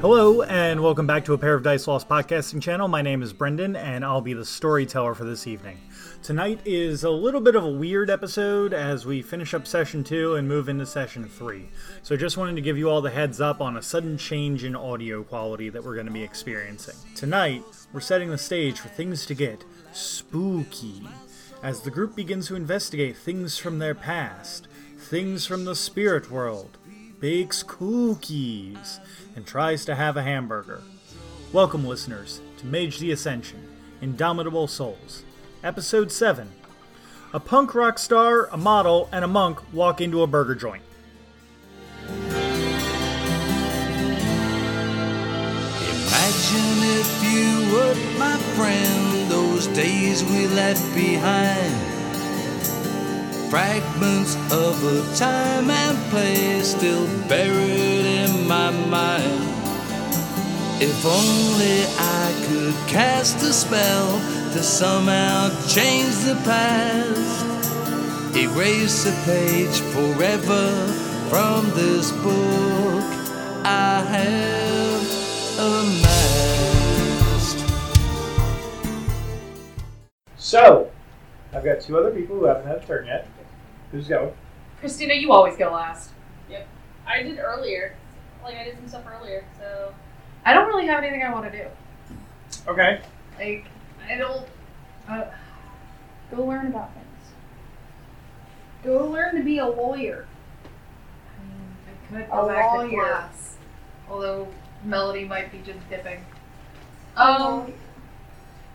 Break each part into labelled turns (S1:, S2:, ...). S1: Hello, and welcome back to a Pair of Dice Lost podcasting channel. My name is Brendan, and I'll be the storyteller for this evening. Tonight is a little bit of a weird episode as we finish up session two and move into session three. So, just wanted to give you all the heads up on a sudden change in audio quality that we're going to be experiencing. Tonight, we're setting the stage for things to get spooky as the group begins to investigate things from their past, things from the spirit world, bakes cookies, and tries to have a hamburger. Welcome, listeners, to Mage the Ascension Indomitable Souls, Episode 7. A punk rock star, a model, and a monk walk into a burger joint.
S2: Imagine if you were my friend, those days we left behind. Fragments of a time and place still buried in my mind. If only I could cast a spell to somehow change the past, erase a page forever from this book I have amassed.
S1: So, I've got two other people who haven't had a turn yet. Who's going?
S3: Christina, you always go last.
S4: I did earlier. Like I did some stuff earlier, so
S3: I don't really have anything I want to do.
S1: Okay.
S3: Like, I don't. Uh,
S4: go learn about things. Go learn to be a lawyer.
S3: I mean, I could
S4: A
S3: go back to
S4: lawyer.
S3: class. Although Melody might be just dipping.
S4: Lawyer.
S3: Um.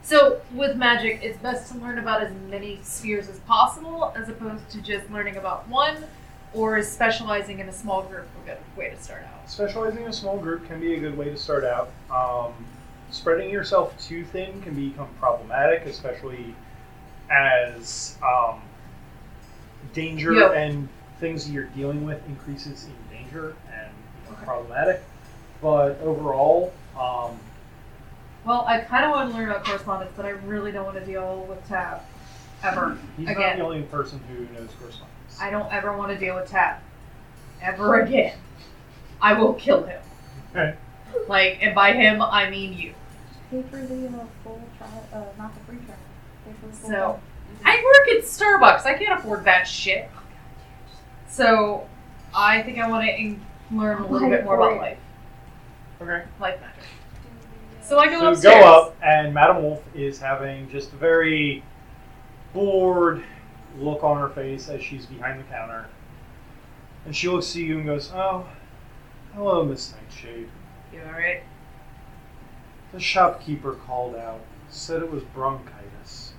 S3: So with magic, it's best to learn about as many spheres as possible, as opposed to just learning about one, or specializing in a small group. A good way to start out.
S1: Specializing in a small group can be a good way to start out. Um, spreading yourself too thin can become problematic, especially as um, danger
S3: Yeah.
S1: and things that you're dealing with increases in danger and becomes problematic. But overall, um,
S3: Well, I kind of want to learn about correspondence, but I really don't want to deal with Tab ever.
S1: he's not
S3: Again.
S1: the only person who knows correspondence.
S3: I don't ever want to deal with Tab. Ever again. I will kill him.
S1: Okay.
S3: Like, and by him, I mean you.
S5: Pay for the uh, full trial, uh, not the free trial. Pay for the full
S3: So-
S5: trial.
S3: I work at Starbucks. I can't afford that shit. So, I think I want to in- learn a little bit more about life.
S1: Okay.
S3: Life magic. So I go
S1: So you
S3: upstairs.
S1: go up, and Madame Wolf is having just a very bored look on her face as she's behind the counter. And she looks at you and goes, Oh, hello, Miss Nightshade.
S3: You alright?
S1: The shopkeeper called out, said it was bronchitis.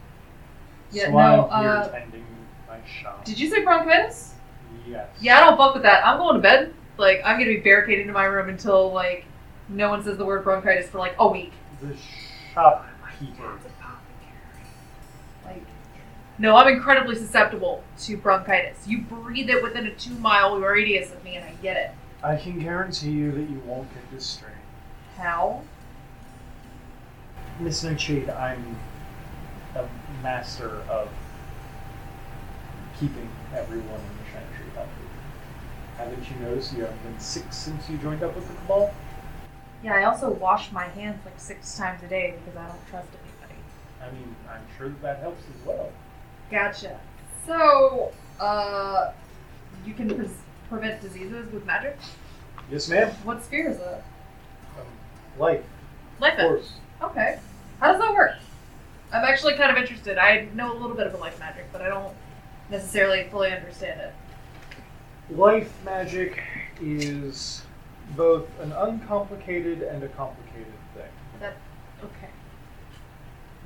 S3: Yeah,
S1: so
S3: no,
S1: I'm here
S3: uh,
S1: attending my shop.
S3: Did you say bronchitis?
S1: Yes.
S3: Yeah, I don't fuck with that. I'm going to bed. Like, I'm going to be barricaded in my room until, like, no one says the word bronchitis for, like, a week.
S1: The shopkeeper.
S3: Like, no, I'm incredibly susceptible to bronchitis. You breathe it within a two mile radius of me, and I get it.
S1: I can guarantee you that you won't get this strain.
S3: How?
S1: Miss Nightshade, I'm a master of keeping everyone in the Chantry healthy. Haven't you noticed you haven't been sick since you joined up with the Cabal?
S3: Yeah, I also wash my hands like six times a day because I don't trust anybody.
S1: I mean, I'm sure that, that helps as well.
S3: Gotcha. So, uh, you can pre- prevent diseases with magic.
S1: Yes, ma'am.
S3: What sphere is it?
S1: Um, life,
S3: Life.
S1: of course.
S3: Okay. How does that work? I'm actually kind of interested. I know a little bit about life magic, but I don't necessarily fully understand it.
S1: Life magic is both an uncomplicated and a complicated thing.
S3: Okay.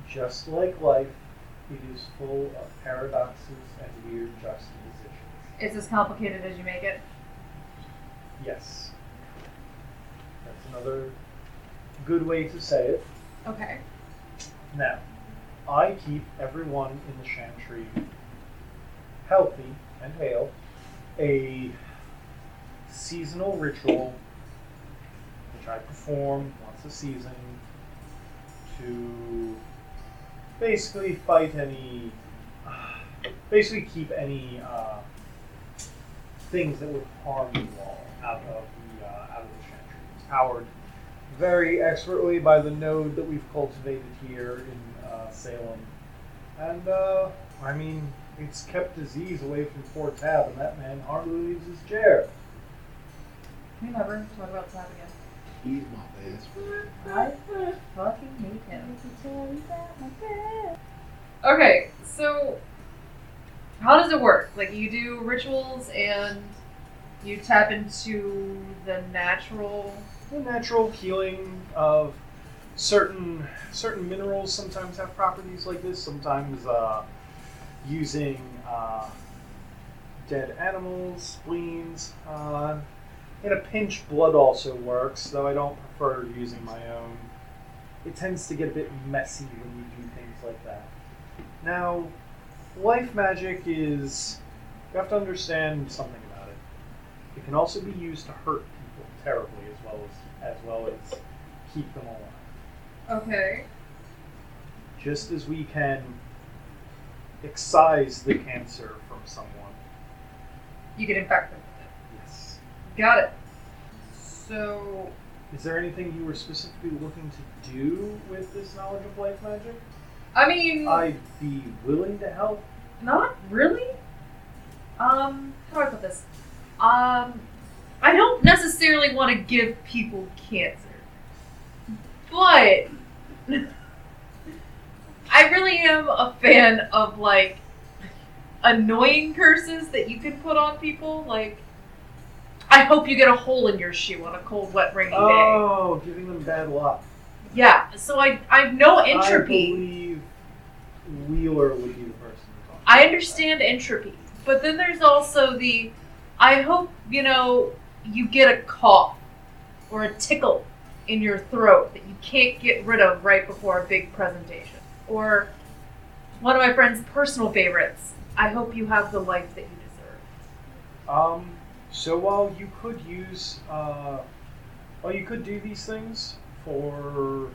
S1: Just like life, it is full of paradoxes and weird juxtapositions.
S3: It's as complicated as you make it.
S1: Yes. That's another good way to say it.
S3: Okay.
S1: Now, I keep everyone in the Chantry healthy and hale. A seasonal ritual which I perform once a season to basically fight any, basically keep any uh, things that would harm you all out of the uh, out of the Chantry. It's powered
S6: very expertly by the node that we've cultivated here in uh, Salem. And, uh, I mean, it's kept disease away from poor Tab, and that man hardly leaves his chair.
S3: We never talk about Tab again.
S7: He's my best friend.
S3: I fucking hate him.
S5: It's
S3: Okay, so how does it work? Like you do rituals and you tap into the natural.
S6: the natural healing of certain certain minerals sometimes have properties like this sometimes uh, using uh, dead animals spleens uh, in a pinch blood also works though i don't prefer using my own it tends to get a bit messy when you do things like that now life magic is you have to understand something about it it can also be used to hurt people terribly, as well as as well as keep them alive.
S3: Okay.
S6: Just as we can excise the cancer from someone.
S3: You can infect them with
S6: Yes.
S3: it. Got it. So
S6: Is there anything you were specifically looking to do with this knowledge of life magic?
S3: I mean,
S6: I'd be willing to help.
S3: not really. Um, how do I put this? Um, I don't necessarily want to give people cancer, but I really am a fan of like annoying curses that you can put on people. Like, I hope you get a hole in your shoe on a cold, wet, rainy day.
S6: Oh, giving them bad luck.
S3: Yeah. So I I know
S6: I
S3: entropy.
S6: believe Wheeler would be the person to talk.
S3: I
S6: about
S3: understand entropy, but then there's also the I hope, you know, you get a cough or a tickle in your throat that you can't get rid of right before a big presentation. Or one of my friend's personal favorites, I hope you have the life that you deserve.
S6: that. Um. So while you could use, uh, while you could do these things for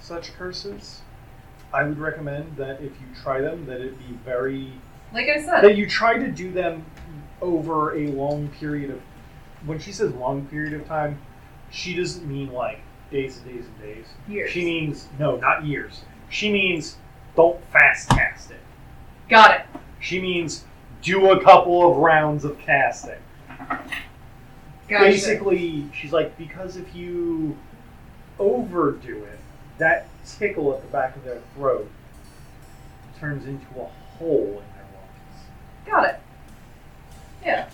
S6: such curses, I would recommend that if you try them, that it be very
S3: Like I
S6: that
S3: said,
S6: you try to do them over a long period of. When she says long period of time, she doesn't mean like days and days and days.
S3: years.
S6: She means no, not years. She means don't fast cast it.
S3: Got it.
S6: She means do a couple of rounds of casting.
S3: Got it.
S6: Basically, she's like, because if you overdo it, that tickle at the back of their throat turns into a hole in their lungs.
S3: Got it. Yeah.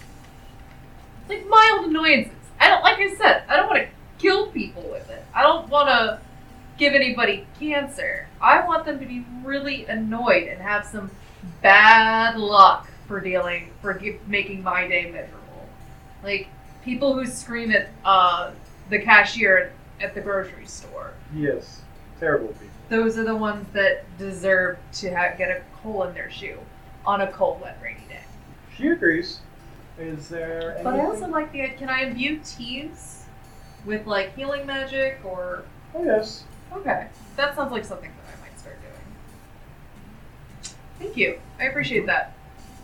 S3: Like mild annoyances. I don't like I said, I don't want to kill people with it. I don't want to give anybody cancer. I want them to be really annoyed and have some bad luck for dealing for gi- making my day miserable. Like people who scream at uh, the cashier at the grocery store.
S6: Yes, terrible people.
S3: Those are the ones that deserve to ha get a hole in their shoe on a cold, wet, rainy day.
S6: She agrees. Is there
S3: But I
S6: anything-
S3: also like the idea. Can I imbue teas with like healing magic or?
S6: Oh, yes.
S3: Okay, that sounds like something that I might start doing. Thank you. I appreciate that.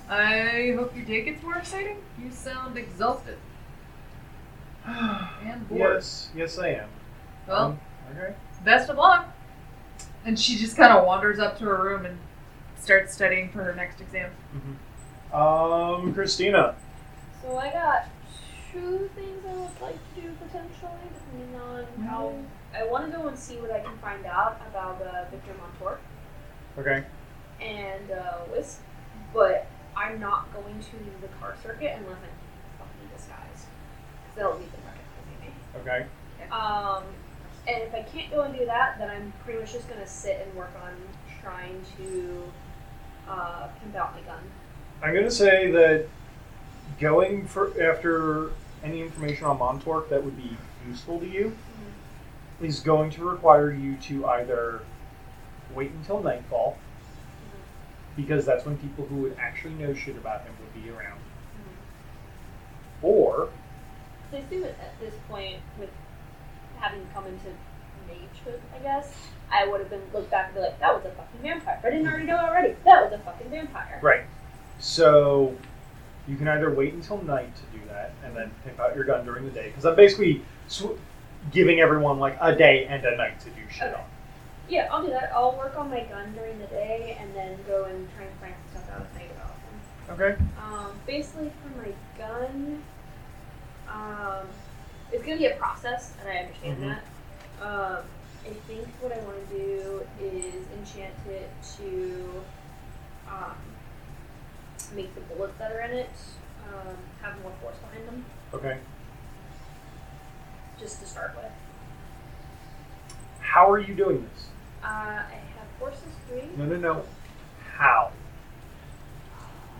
S3: I hope your day gets more exciting. You sound exhausted and bored.
S6: yes, yes, I am.
S3: Well,
S6: Um, okay.
S3: best of luck. And she just kind of wanders up to her room and starts studying for her next exam.
S6: Um, Christina.
S5: So I got two things I would like to do potentially, depending on how.
S4: Mm-hmm.
S5: I want to go and see what I can find out about uh, Victor Montour
S6: Okay.
S5: and uh, Wisp, but I'm not going to the car circuit unless I'm fucking disguised. Because that'll leave the market for me.
S6: Okay.
S5: Um, and if I can't go and do that, then I'm pretty much just gonna sit and work on trying to uh, pimp out my gun.
S6: I'm gonna say that going for after any information on Montork that would be useful to you is going to require you to either wait until nightfall because that's when people who would actually know shit about him would be around, or
S5: So I assume at this point, with having come into magehood, I guess I would have been looked back and be like, "That was a fucking vampire." I didn't already know already. That was a fucking vampire.
S6: right. So you can either wait until night to do that and then pimp out your gun during the day because I'm basically sw- giving everyone like a day and a night to do shit
S5: Okay.
S6: on.
S5: Yeah, I'll do that. I'll work on my gun during the day and then go and try and find some stuff out at night about them.
S6: Okay.
S5: Um, basically, for my gun, um, it's gonna be a process, and I understand
S6: Mhm.
S5: that. Um, I think what I want to do is enchant it to um, make the bullets that are in it um, have more force behind them,
S6: Okay.
S5: just to start with.
S6: How are you doing this?
S5: Uh, I have forces three.
S6: No, no, no. How?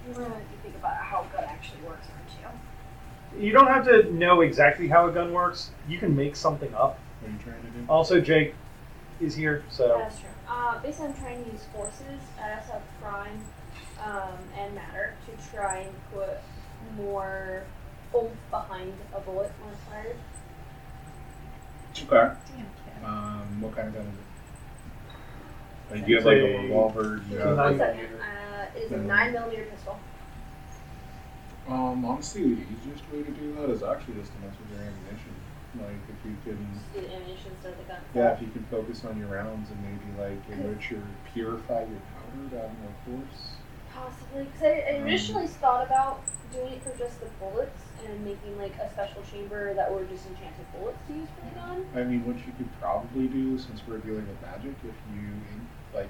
S5: You really have to think about how good actually works, aren't you?
S6: You don't have to know exactly how a gun works. You can make something up.
S7: What are you trying to do?
S6: Also, Jake is here, so
S5: That's true. Uh, basically, I'm trying to use forces. I also have crime um, and matter to try and put more oomph behind a bullet when it's fired.
S7: Okay.
S3: Damn kid.
S7: Um, what kind of gun is it? Like,
S6: It's
S7: do you have like
S6: a-
S7: a revolver? You
S6: it's
S7: have-
S6: a
S5: One
S6: Nine
S5: second.
S6: millimeter.
S5: Uh, it is a
S7: Mhm.
S5: 9 millimeter pistol.
S7: Um, honestly, the easiest way to do that is actually just to mess with your ammunition. Like, if you can,
S5: The ammunition instead of the gun.
S7: yeah, if you can focus on your rounds and maybe like enrich your purify your powder down the force.
S5: Possibly. Because I, I initially
S7: Mm.
S5: thought about doing it for just the bullets and making like a special chamber that were just enchanted bullets to use for the gun.
S7: I mean, what you could probably do, since we're dealing with magic, if you like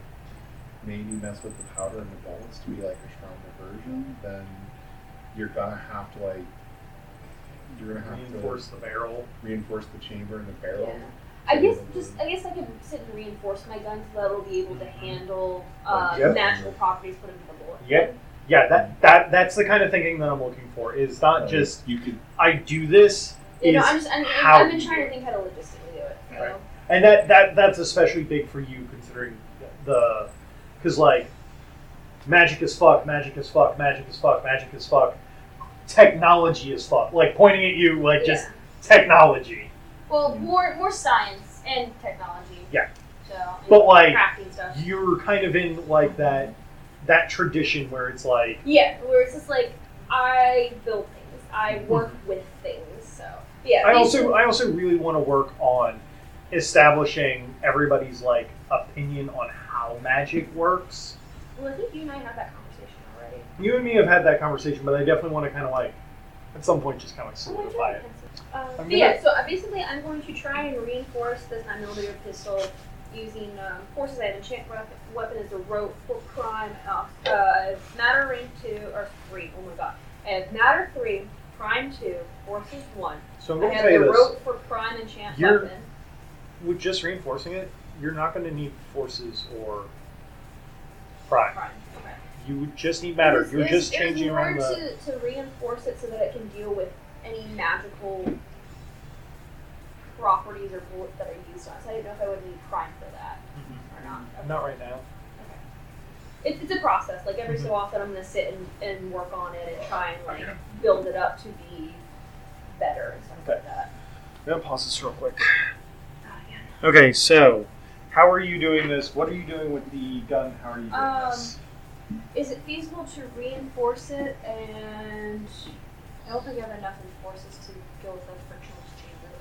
S7: maybe mess with the powder and the bullets to be like a stronger version, then you're gonna have to like you're gonna have
S6: reinforce the barrel.
S7: to reinforce the chamber and the barrel.
S5: Yeah. I guess just I guess I could sit and reinforce my gun so that it'll be able to handle uh,
S7: Mm-hmm. Yep.
S5: natural properties put into the bullet.
S6: Yep. Yeah, that, that that's the kind of thinking that I'm looking for. Is not
S7: Like,
S6: just
S7: you could
S6: I do this,
S5: You know,
S6: is
S5: I'm just I'm,
S6: how
S5: I've been
S6: you
S5: trying
S6: do
S5: to
S6: it.
S5: think how to logistically do it. So.
S6: Right. and that that that's especially big for you considering the because like magic is fuck, magic is fuck, magic is fuck, magic is fuck, technology is fuck. Like pointing at you, like just
S5: Yeah.
S6: technology.
S5: Well,
S7: Yeah.
S5: more more science and technology.
S6: Yeah.
S5: So and
S6: But, like,
S5: crafting stuff.
S6: You're kind of in like that that tradition where it's like
S5: Yeah, where it's just like I build things, I work with things. So yeah.
S6: Mm-hmm. I also uh
S5: basically-
S6: I also really want to work on establishing everybody's like opinion on how magic works.
S5: well, I think you and I had that conversation already.
S6: You and me have had that conversation, but I definitely want to kind of like at some point just kind
S5: Oh
S6: of like solidify it.
S5: Um,
S6: I'm
S5: but yeah, so uh, basically, I'm going to try and reinforce this 9mm pistol using um, forces. I have enchant weapon, weapon as a rope for crime. Uh, uh, matter rank 2 or 3. Oh my god. I have matter 3, crime 2, forces 1.
S6: So I'm
S5: I
S6: going to
S5: have
S6: tell you
S5: the
S6: this:
S5: rope for crime enchant
S6: You're-
S5: weapon.
S6: with just reinforcing it, you're not going to need forces or pride.
S5: Crime. Okay.
S6: You would just need matter.
S5: It's-
S6: You're
S5: it's-
S6: just changing
S5: it's
S6: around
S5: more
S6: the.
S5: To, to reinforce it so that it can deal with any magical properties or bullets that are used on it. So I didn't know if I would need crime for that or not. Okay.
S6: Not right now.
S5: it's, it's a process. Like every
S6: Mhm.
S5: so often, I'm gonna sit and, and work on it and try and like
S7: Okay.
S5: build it up to be better and stuff like that.
S6: I'm gonna pause this real quick. Okay, so how are you doing this? What are you doing with the gun? How are you doing
S5: Um,
S6: this?
S5: Is it feasible to reinforce it? And I don't think I have enough enforces to go with a frictionless chamber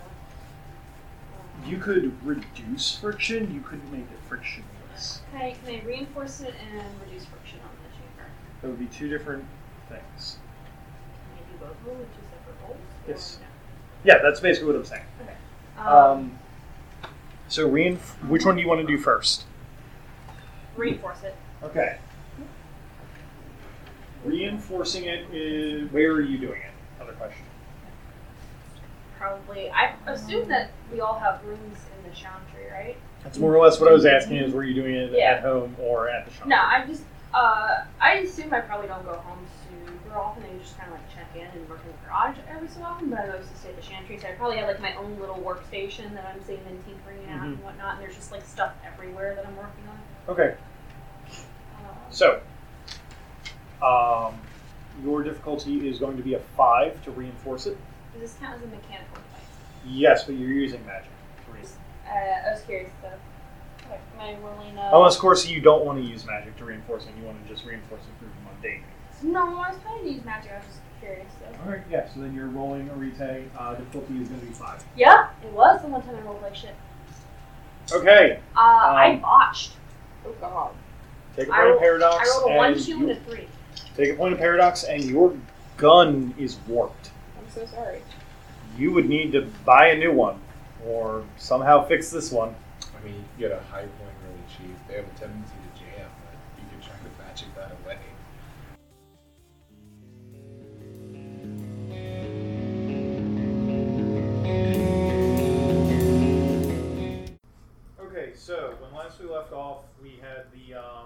S5: though. Um,
S6: You could reduce friction. You couldn't make it frictionless.
S5: can, I, can I reinforce it and reduce friction on the chamber?
S6: That would be two different things.
S5: Can I do both of them with two separate rolls? or
S6: Yes.
S5: no?
S6: Yeah, that's basically what I'm saying.
S5: Um,
S6: Um, so reinf- which one do you want to do first?
S5: reinforce it.
S6: Okay. Reinforcing it is where are you doing it? Another question.
S5: Probably. I assume that we all have rooms in the Chantry, right?
S6: That's more or less what I was asking. Is were you doing it
S5: Yeah.
S6: at home or at the shop?
S5: No, I just uh, I assume I probably don't go home super often. I just kind of like check in and work in the garage every so often, but I mostly stay at the Chantry, so I probably have like my own little workstation that I'm sitting and tinkering
S6: Mm-hmm.
S5: at and whatnot. And there's just like stuff everywhere that I'm working on.
S6: Okay.
S5: Uh,
S6: So, um, your difficulty is going to be a five to reinforce it.
S5: does this count as a mechanical device?
S6: Yes, but you're using magic. to rein-
S5: Uh, I was curious though. Okay, am I rolling a?
S6: Unless, of course, you don't want to use magic to reinforce it. You want to just reinforce it through mundane.
S5: No, I was planning to use magic. I was just curious though.
S6: All right, yeah. So then you're rolling Arite. Uh, difficulty is going to be five.
S5: Yeah, it was the one time I rolled like shit.
S6: Okay,
S5: Uh, I
S6: Um,
S5: botched. Oh god.
S6: take a
S5: I
S6: point
S5: rolled-
S6: of paradox.
S5: I rolled a one,
S6: and
S5: two,
S6: you-
S5: and a three.
S6: Take a point of paradox, and your gun is warped.
S5: I'm so sorry.
S6: You would need to buy a new one, or somehow fix this one.
S8: I mean, you can get a high point really cheap. They have a tendency to jam, but you can try to magic that away.
S6: Okay, so when last we left off, we had the um,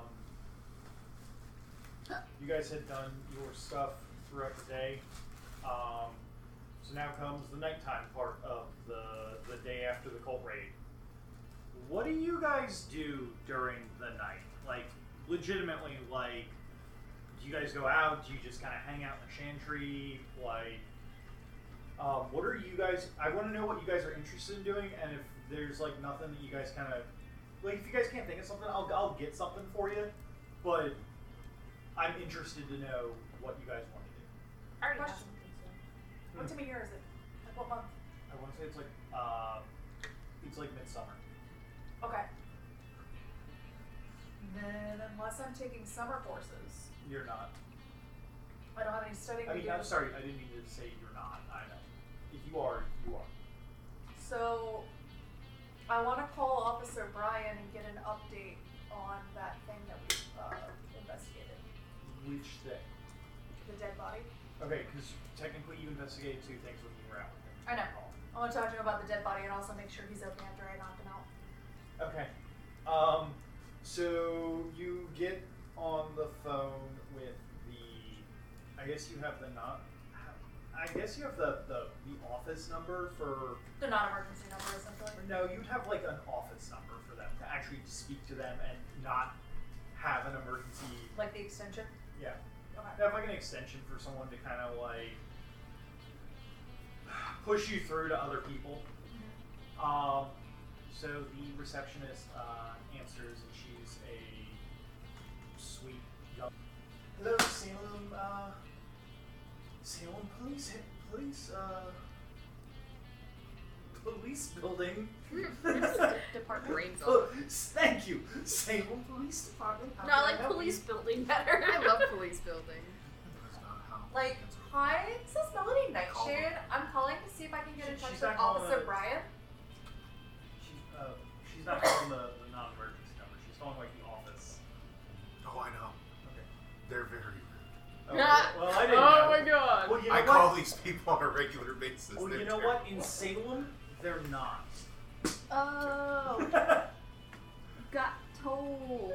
S6: you guys had done your stuff throughout the day. Um, so now comes the nighttime part of the the day after the cult raid. What do you guys do during the night? Like, legitimately, like, do you guys go out? Do you just kind of hang out in the chantry? Like, um, what are you guys? I want to know what you guys are interested in doing, and if there's like nothing that you guys kind of like, if you guys can't think of something, I'll, I'll get something for you. But I'm interested to know what you guys want to do.
S9: I already
S3: Question.
S9: asked. What time of year is it? Like what month?
S6: I want to say it's like uh, it's like midsummer.
S9: Okay. Then unless I'm taking summer courses,
S6: You're not.
S9: I don't have any studying
S6: I
S9: to
S6: mean,
S9: do.
S6: I'm sorry, I didn't mean to say you're not. I know. If you are, you are.
S9: So I want to call Officer Brian and get an update on that thing that we uh, investigated,
S6: Which thing?
S9: the dead body.
S6: Okay, because technically you investigated two things when you were out with him.
S9: I know. I want to talk to him about the dead body and also make sure he's okay after I knock him out.
S6: Okay. Um, so you get on the phone with the. I guess you have the not. I guess you have the, the, the office number for.
S9: The non-emergency number, essentially.
S6: No, you'd have like an office number for them to actually speak to them and not have an emergency.
S9: Like the extension.
S6: Yeah.
S9: Okay.
S6: Have like an extension for someone to kind of like push you through to other people. Um, so the receptionist uh, answers, and she's a sweet young. Hello, Salem. Uh, Salem Police Police uh, Police Building.
S10: Department. Brains
S6: Oh, thank you, Salem Police Department. How
S10: No, I
S6: can
S10: like
S6: help
S10: police
S6: you?
S10: building better.
S5: I
S10: love police building.
S8: That's not how.
S9: Like, hi, this is Melody Nightshade. I'm calling to see if I can get in
S6: She's
S9: touch with
S6: not calling
S9: Officer
S6: us.
S9: Brian.
S6: She's, uh, she's not calling the, the non-emergency number. She's calling like the office.
S8: Oh, I know. They're very rude.
S6: Okay. Well, I didn't. know.
S10: god.
S6: Well, you know
S8: I
S6: what?
S8: call these people on a regular basis.
S6: Well,
S8: They're
S6: you know
S8: terrible.
S6: what? In Salem, they're not.
S10: Oh, got told.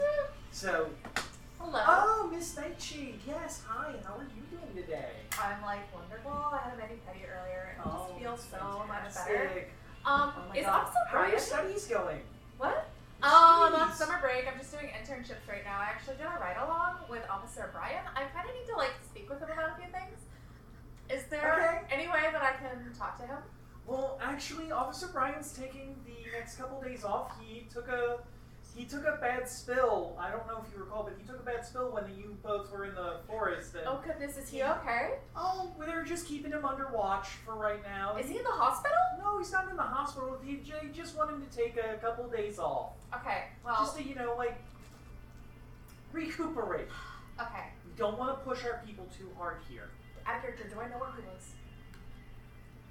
S6: so.
S9: Hello.
S6: Oh, Miss Nightshade. Yes. Hi. How are you doing today?
S9: I'm like wonderful. I had a mini petty earlier. and It
S6: Oh,
S9: just feels so much
S6: fantastic.
S9: better. Um,
S6: Oh my
S9: is
S6: God.
S9: Officer
S6: How are your
S9: Brian?
S6: studies going?
S9: What? Um, on
S6: Jeez.
S9: summer break, I'm just doing internships right now. I actually did a ride along with Officer Brian. I kind of need to like speak with him about a few things. Is there any way that I can talk to him?
S6: Well, actually, Officer Brian's taking the next couple days off. He took a he took a bad spill. I don't know if you recall, but he took a bad spill when you both were in the forest. And,
S9: Oh goodness, is he okay?
S6: oh, well, they're just keeping him under watch for right now.
S9: Is he in the hospital?
S6: No, he's not in the hospital. He j- he just want him to take a couple days off,
S9: Okay. Well.
S6: just to you know, like recuperate.
S9: okay.
S6: We don't want to push our people too hard here.
S9: Out of character. Do I know where he lives?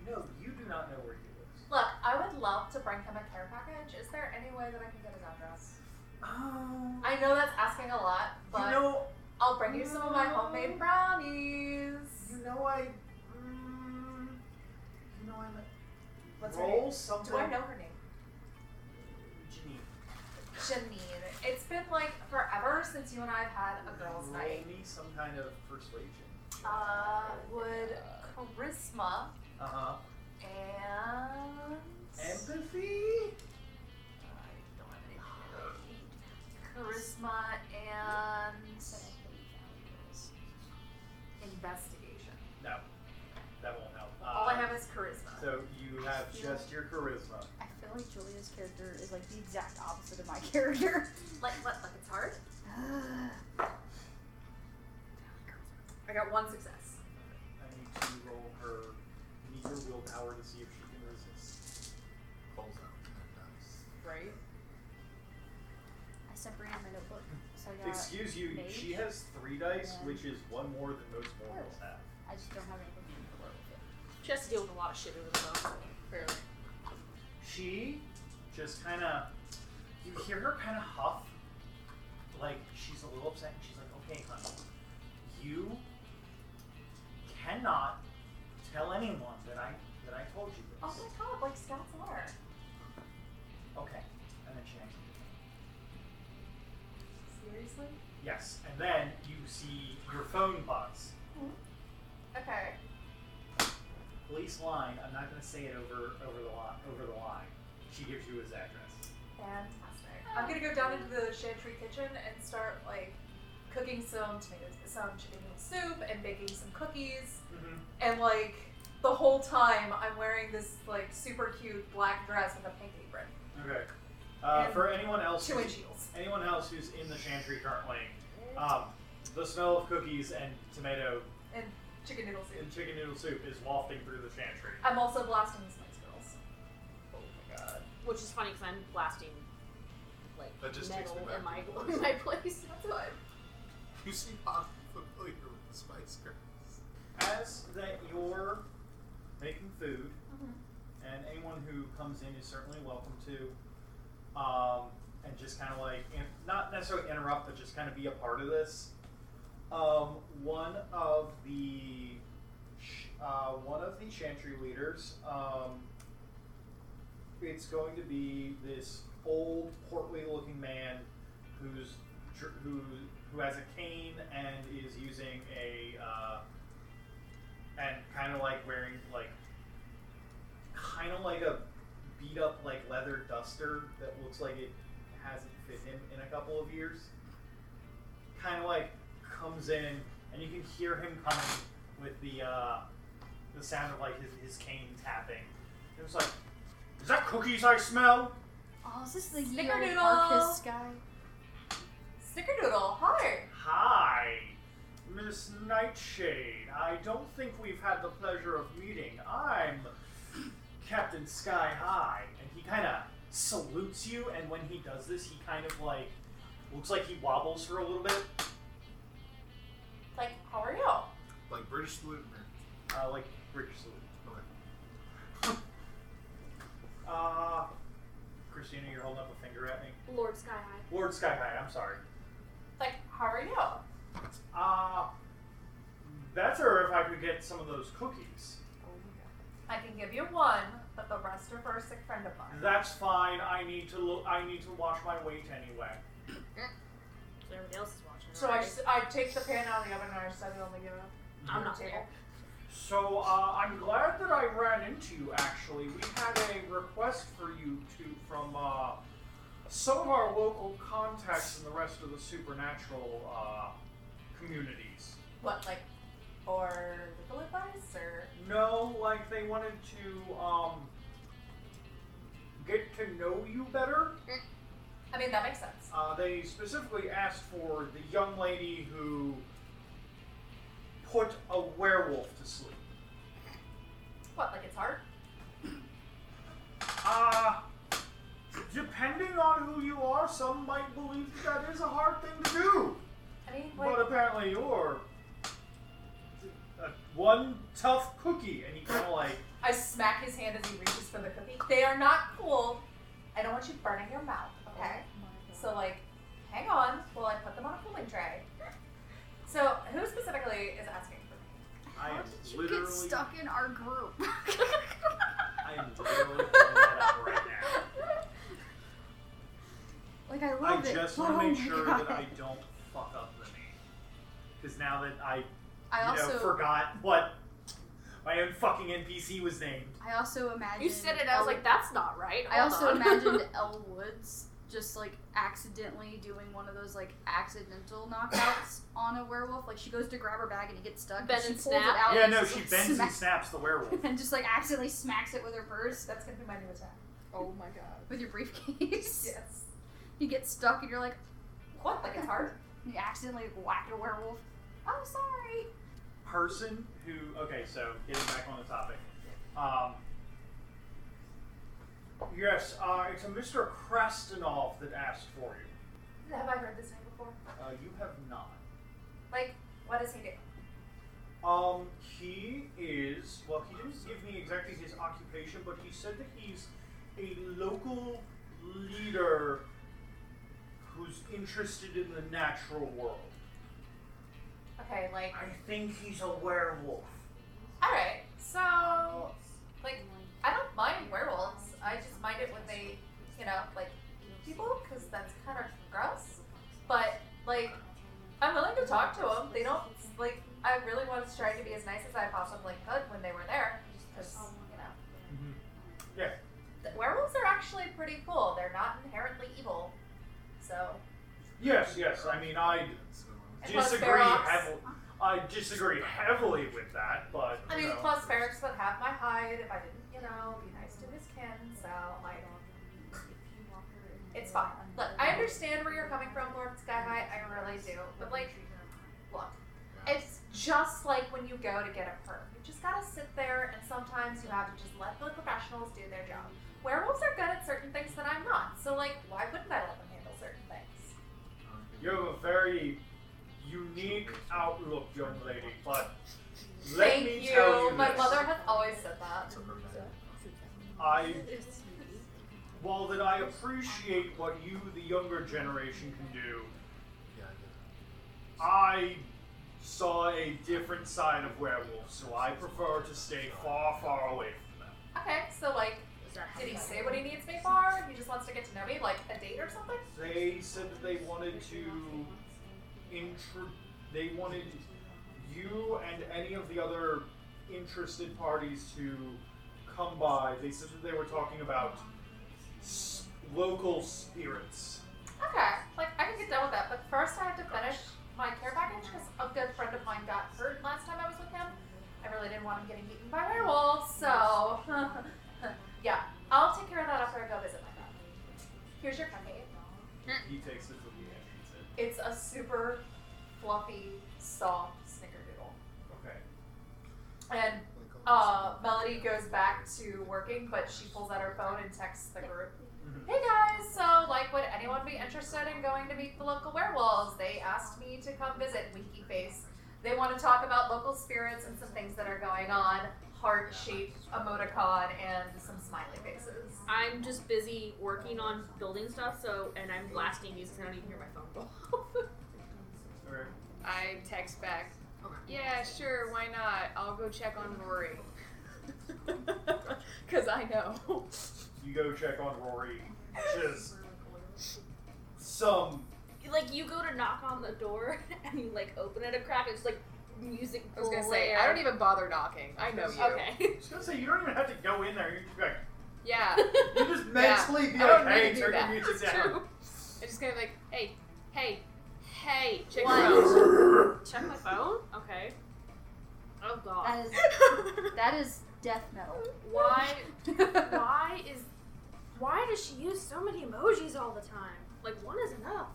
S6: No, you do not know where he lives.
S9: Look, I would love to bring him a care package. Is there any way that I can get his address?
S6: Um,
S9: I know that's asking a lot, but
S6: you know,
S9: I'll bring you some of my homemade brownies.
S6: you know, I, mm, you know, I'm.
S9: What's her
S6: roll
S9: name?
S6: something.
S9: Do I know her name?
S6: Janine.
S9: Janine. It's been like forever since you and I have had a girls'
S6: roll
S9: night.
S6: me some kind of persuasion.
S9: Uh, would charisma
S6: Uh huh.
S9: and
S6: Empathy.
S9: I don't have anything to do. charisma and investigation.
S6: No, that won't help. Uh,
S9: All I have is charisma.
S6: So you have just your charisma.
S10: I feel like Julia's character is like the exact opposite of my character.
S9: Like what? Like it's hard. I got one success.
S6: I mean, her meager willpower to see if she can resist. Pulls out and dies.
S9: right?
S10: I separated my notebook, so I got.
S6: Excuse you,
S10: mage.
S6: she has three dice,
S10: Yeah. Oh.
S6: which is one more than most mortals have.
S10: I just don't have anything to work with it.
S5: She has to deal with a lot of shit over the phone.
S9: Fairly.
S6: She just kind of, you hear her kind of huff, like she's a little upset, and she's like, "Okay, honey, you cannot tell anyone that I that I told you this."
S10: Oh my god, like Scott's are.
S6: Okay, and then she hangs. up.
S9: Seriously?
S6: Yes, and then you see your phone buzz.
S9: Okay.
S6: Police line. I'm not going to say it over over the line. Over the line. She gives you his address.
S9: Fantastic. I'm gonna go down into the Chantry kitchen and start like cooking some tomatoes, some chicken noodle soup, and baking some cookies.
S6: Mm-hmm.
S9: And like the whole time, I'm wearing this like super cute black dress with a pink apron,
S6: Okay. Uh,
S9: And
S6: for anyone else,
S9: two
S6: who's-
S9: inch heels.
S6: anyone else who's in the chantry currently, um, the smell of cookies and tomato
S9: and chicken noodle
S6: and
S9: soup.
S6: chicken noodle soup is wafting through the chantry.
S9: I'm also blasting the Spice Girls.
S6: Oh my god!
S5: Which is funny because I'm blasting like
S8: That just takes
S5: metal
S8: me
S5: in my
S8: back to the
S5: in my place.
S9: That's fine.
S8: You seem oddly familiar with the Spice Girls.
S6: As that you're making food,
S10: Mm-hmm.
S6: and anyone who comes in is certainly welcome to, um, and just kind of like in, not necessarily interrupt, but just kind of be a part of this. Um, one of the sh- uh, one of the chantry leaders. Um, it's going to be this old, portly-looking man who's dr- who who has a cane and is using a uh, and kind of like wearing like kind of like a beat up like leather duster that looks like it hasn't fit him in a couple of years. Kind of like comes in and you can hear him coming with the uh, the sound of like his, his cane tapping. It was like, is that cookies I smell?
S10: Oh, is this the
S9: Snickerdoodle!
S10: Yale Arcus guy?
S9: Snickerdoodle, hi.
S6: Hi, Miss Nightshade. I don't think we've had the pleasure of meeting. I'm Captain Sky High. And he kind of salutes you, and when he does this, he kind of like looks like he wobbles for a little bit,
S9: Like, how are you?
S8: Like British salute, American
S6: uh, like British salute.
S8: salute.
S6: Uh, Christina, you're holding up a finger at me.
S5: Lord Sky High.
S6: Lord Sky High, I'm sorry.
S9: Like, how are you?
S6: Uh, better if I could get some of those cookies.
S9: I can give you one, but the rest are for a sick friend of mine.
S6: That's fine. I need to look. I need to watch my weight anyway.
S5: So everybody else is watching.
S9: So I,
S5: alright?
S9: s- I take the pan out of the oven and I set it on the uh,
S5: I'm not
S9: table.
S5: there.
S6: So uh, I'm glad that I ran into you. Actually, we had a request for you to from uh, some of our local contacts in the rest of the supernatural uh, communities.
S9: What, like, for legal advice or?
S6: No, like they wanted to um, get to know you better.
S9: I mean, that makes sense.
S6: Uh, they specifically asked for the young lady who put a werewolf to sleep.
S9: What, like it's hard?
S6: Uh, depending on who you are, some might believe that that is a hard thing to do.
S9: I mean,
S6: But
S9: like,
S6: apparently you're uh, one tough cookie, and he kind of like,
S9: I smack his hand as he reaches for the cookie. They are not cool. I don't want you burning your mouth, okay?
S5: Oh
S9: So, like, hang on while I put them on a cooling tray. So, who specifically is asking for me?
S6: I
S10: How
S6: am
S10: did you
S6: literally,
S10: get stuck in our group?
S6: I am literally pulling that up right now.
S10: like I
S6: I
S10: love it.
S6: just
S10: oh
S6: want to make
S10: my
S6: sure
S10: God.
S6: that I don't fuck up the name. Because now that I,
S10: I
S6: you
S10: also
S6: know, forgot what my own fucking NPC was named.
S10: I also imagined
S5: You said it. and I was
S10: El-
S5: like, that's not right.
S10: I
S5: Hold
S10: also
S5: on.
S10: imagined Elle Woods just like accidentally doing one of those like accidental knockouts on a werewolf. Like she goes to grab her bag and it gets stuck.
S5: Bend
S10: she
S5: and
S10: pulls
S5: snap?
S10: it out.
S6: Yeah,
S10: and
S6: no,
S10: just,
S6: she
S10: Oh, like,
S6: bends and
S10: smacks-
S6: snaps the werewolf.
S10: and just like accidentally smacks it with her purse,
S9: That's going to be my new attack.
S5: Oh my god.
S10: with your briefcase.
S9: Yes.
S10: You get stuck and you're like,
S9: What, like it's hard?
S10: you accidentally like, whack a werewolf. Oh, sorry.
S6: person who okay, so getting back on the topic. Um, yes, uh, it's a Mr. Krastonov that asked for you.
S9: Have I heard this name before?
S6: Uh, you have not.
S9: Like, what does he do?
S6: Um, he is well. He didn't give me exactly his occupation, but he said that he's a local leader who's interested in the natural world.
S9: Okay, like,
S6: I think he's a werewolf.
S9: alright, so, like, I don't mind werewolves. I just mind it when they, you know, like, eat people, because that's kind of gross. But, like, I'm willing to talk to them. They don't, like, I really was trying to be as nice as I possibly could when they were there. Because, you know,
S6: Yeah.
S9: the werewolves are actually pretty cool. They're not inherently evil. So,
S6: Yes, yes. I mean, I
S9: And plus
S6: disagree.
S9: ferox.
S6: Heavily, I disagree heavily with that, but
S9: I mean,
S6: you know.
S9: plus Ferrex would have my hide if I didn't, you know, be nice to his kin, so, like, it's fine. Look, I understand where you're coming from, Lord Sky High, I really do. But, like, look, it's just like when you go to get a perm. You just gotta sit there, and sometimes you have to just let the professionals do their job. Werewolves are good at certain things that I'm not, so, like, why wouldn't I let them handle certain things?
S6: you have a very unique outlook, young lady. But let
S9: Thank
S6: me
S9: you.
S6: tell you,
S9: my
S6: this.
S9: mother has always said that.
S6: I, while that I appreciate what you, the younger generation, can do, I saw a different side of werewolves, so I prefer to stay far, far away from them.
S9: Okay, so, like, Did he say what he needs me for? He just wants to get to know me, like a date or something?
S6: They said that they wanted to intro. They wanted you and any of the other interested parties to come by. They said that they were talking about s- local spirits.
S9: Okay, like I can get done with that, but first I have to finish my care package because a good friend of mine got hurt last time I was with him. I really didn't want him getting eaten by werewolves, so yeah, I'll take care of that after I go visit my friend. Here's your cupcake.
S6: He takes it from the end. he said.
S9: It's a super fluffy, soft snickerdoodle.
S6: Okay.
S9: And uh, Melody goes back to working, but she pulls out her phone and texts the group.
S6: Mhm.
S9: Hey guys, so like, would anyone be interested in going to meet the local werewolves? They asked me to come visit Winky Face. They want to talk about local spirits and some things that are going on. Heart shaped emoticon and some smiley faces.
S5: I'm just busy working on building stuff, so and I'm blasting music. so I don't even hear my phone go off.
S6: Okay.
S3: I text back. Yeah, sure, why not? I'll go check on Rory. Because I know.
S6: You go check on Rory. Just some.
S5: like you go to knock on the door and you like open it a crack. It's like music.
S3: I was gonna say, I don't even bother knocking. I know you.
S6: I
S5: Okay.
S6: was gonna say you don't even have to go in there. You just, like,
S3: Yeah.
S6: you just
S3: Yeah.
S6: mentally be
S3: I don't
S6: like,
S3: need
S6: hey,
S3: to do
S6: turn your
S3: that.
S6: music
S3: It's
S6: down.
S3: true. I'm just gonna be like, hey, hey, hey, check
S5: What?
S3: your
S5: Check my phone. Okay. Oh
S10: That
S5: god.
S10: is that is death metal.
S5: Why?
S3: phone.
S5: Why is? Why does she use so many emojis all the time? Like one is enough.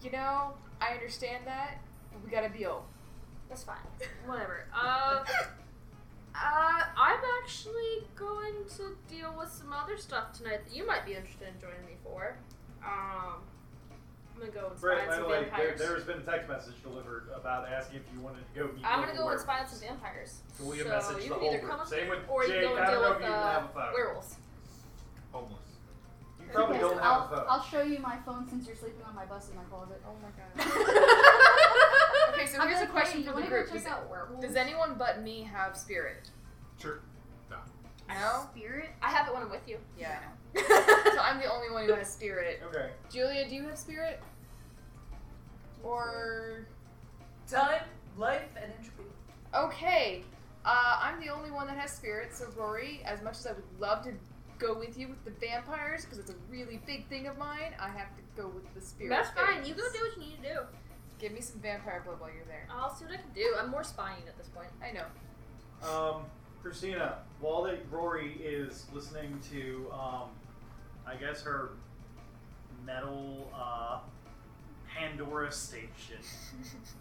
S3: you know, I understand that. but We got a deal.
S5: That's fine. Whatever. Uh, uh, I'm actually going to deal with some other stuff tonight that you might be interested in joining me for. Um, I'm gonna go and spy
S6: Right,
S5: on
S6: by the
S5: some
S6: way, there,
S5: vampires.
S6: has been a text message delivered about asking if you wanted to go meet
S5: I'm gonna
S6: local
S5: go and
S6: werewolves.
S5: spy on some vampires.
S6: So we have
S5: so
S6: messaged
S5: you
S6: the
S5: can
S6: whole
S5: either
S6: group.
S5: come with
S6: Same
S5: me
S6: with
S5: or you
S6: Jake,
S5: can go and
S6: I don't know
S5: deal
S6: if
S5: with
S6: you even
S5: uh,
S6: have a phone.
S5: werewolves.
S11: Homeless.
S6: You probably
S10: Yes,
S6: don't
S10: I'll,
S6: have a phone.
S10: I'll show you my phone since you're sleeping on my bus in my closet.
S3: Oh my god. Okay, so
S10: I'm
S3: here's a
S10: like,
S3: question
S10: hey,
S3: for
S10: you
S3: the
S10: wanna
S3: group.
S10: Go check
S3: Does,
S10: out werewolves?
S3: does anyone but me have spirit?
S11: Sure. No.
S3: No?
S10: spirit?
S5: I have it when I'm with you.
S3: Yeah. So I'm the only one who has spirit.
S6: Okay.
S3: Julia, do you have spirit? Or
S9: Time, life, and entropy.
S3: okay, uh, I'm the only one that has spirit. So Rory, as much as I would love to go with you with the vampires because it's a really big thing of mine, I have to go with the spirit.
S5: That's fine.
S3: things.
S5: You go do what you need to do.
S3: Give me some vampire blood while you're there.
S5: I'll see what I can do. I'm more spying at this point.
S3: I know.
S6: Um, Christina, while that Rory is listening to, um, I guess her metal uh, Pandora station.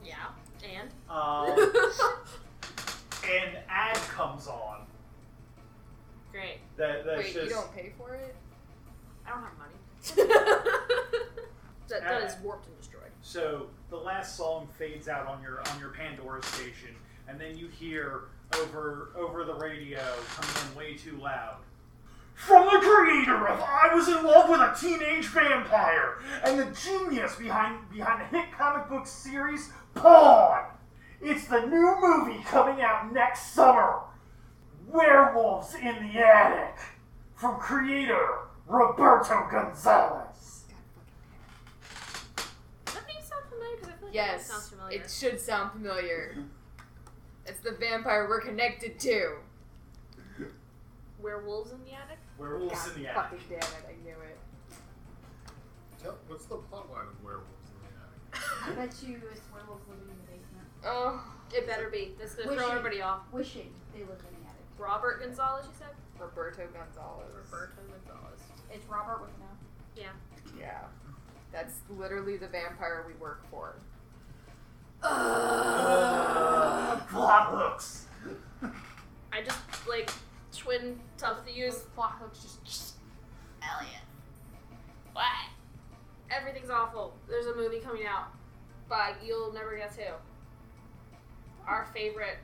S5: Yeah. And?
S6: Um, an ad comes on
S5: Great.
S6: that that's
S3: Wait,
S6: just
S3: you don't pay for it?
S5: I don't have money. that, that is warped and destroyed.
S6: So the last song fades out on your on your Pandora station, and then you hear over over the radio coming in way too loud. From the creator of I was in love with a teenage vampire and the genius behind behind the hit comic book series Pawn. It's the new movie coming out next summer. Werewolves in the Attic from creator Roberto Gonzalez.
S5: That name sound familiar? 'Cause I feel like that
S3: Yes.
S5: sounds familiar.
S3: It should sound familiar. It's the vampire we're connected to.
S5: Werewolves in the attic?
S6: Werewolves
S3: God
S6: in the Attic.
S3: fucking damn it, I knew it.
S8: Tell- What's the plot line of werewolves in the attic?
S10: I bet you it's werewolves living in the basement.
S5: Oh, it better be. That's gonna throw
S10: Wishing-
S5: everybody off.
S10: Wishing they lived in the attic.
S5: Robert Gonzalez, you said?
S3: Roberto Gonzalez.
S5: Roberto Gonzalez.
S10: It's Robert with no.
S5: Yeah.
S3: Yeah. That's literally the vampire we work for.
S6: Plot hooks.
S5: I just like twin tough to use plot hooks. Just, just Elliot. What? Everything's awful. There's a movie coming out, but you'll never guess who. Our favorite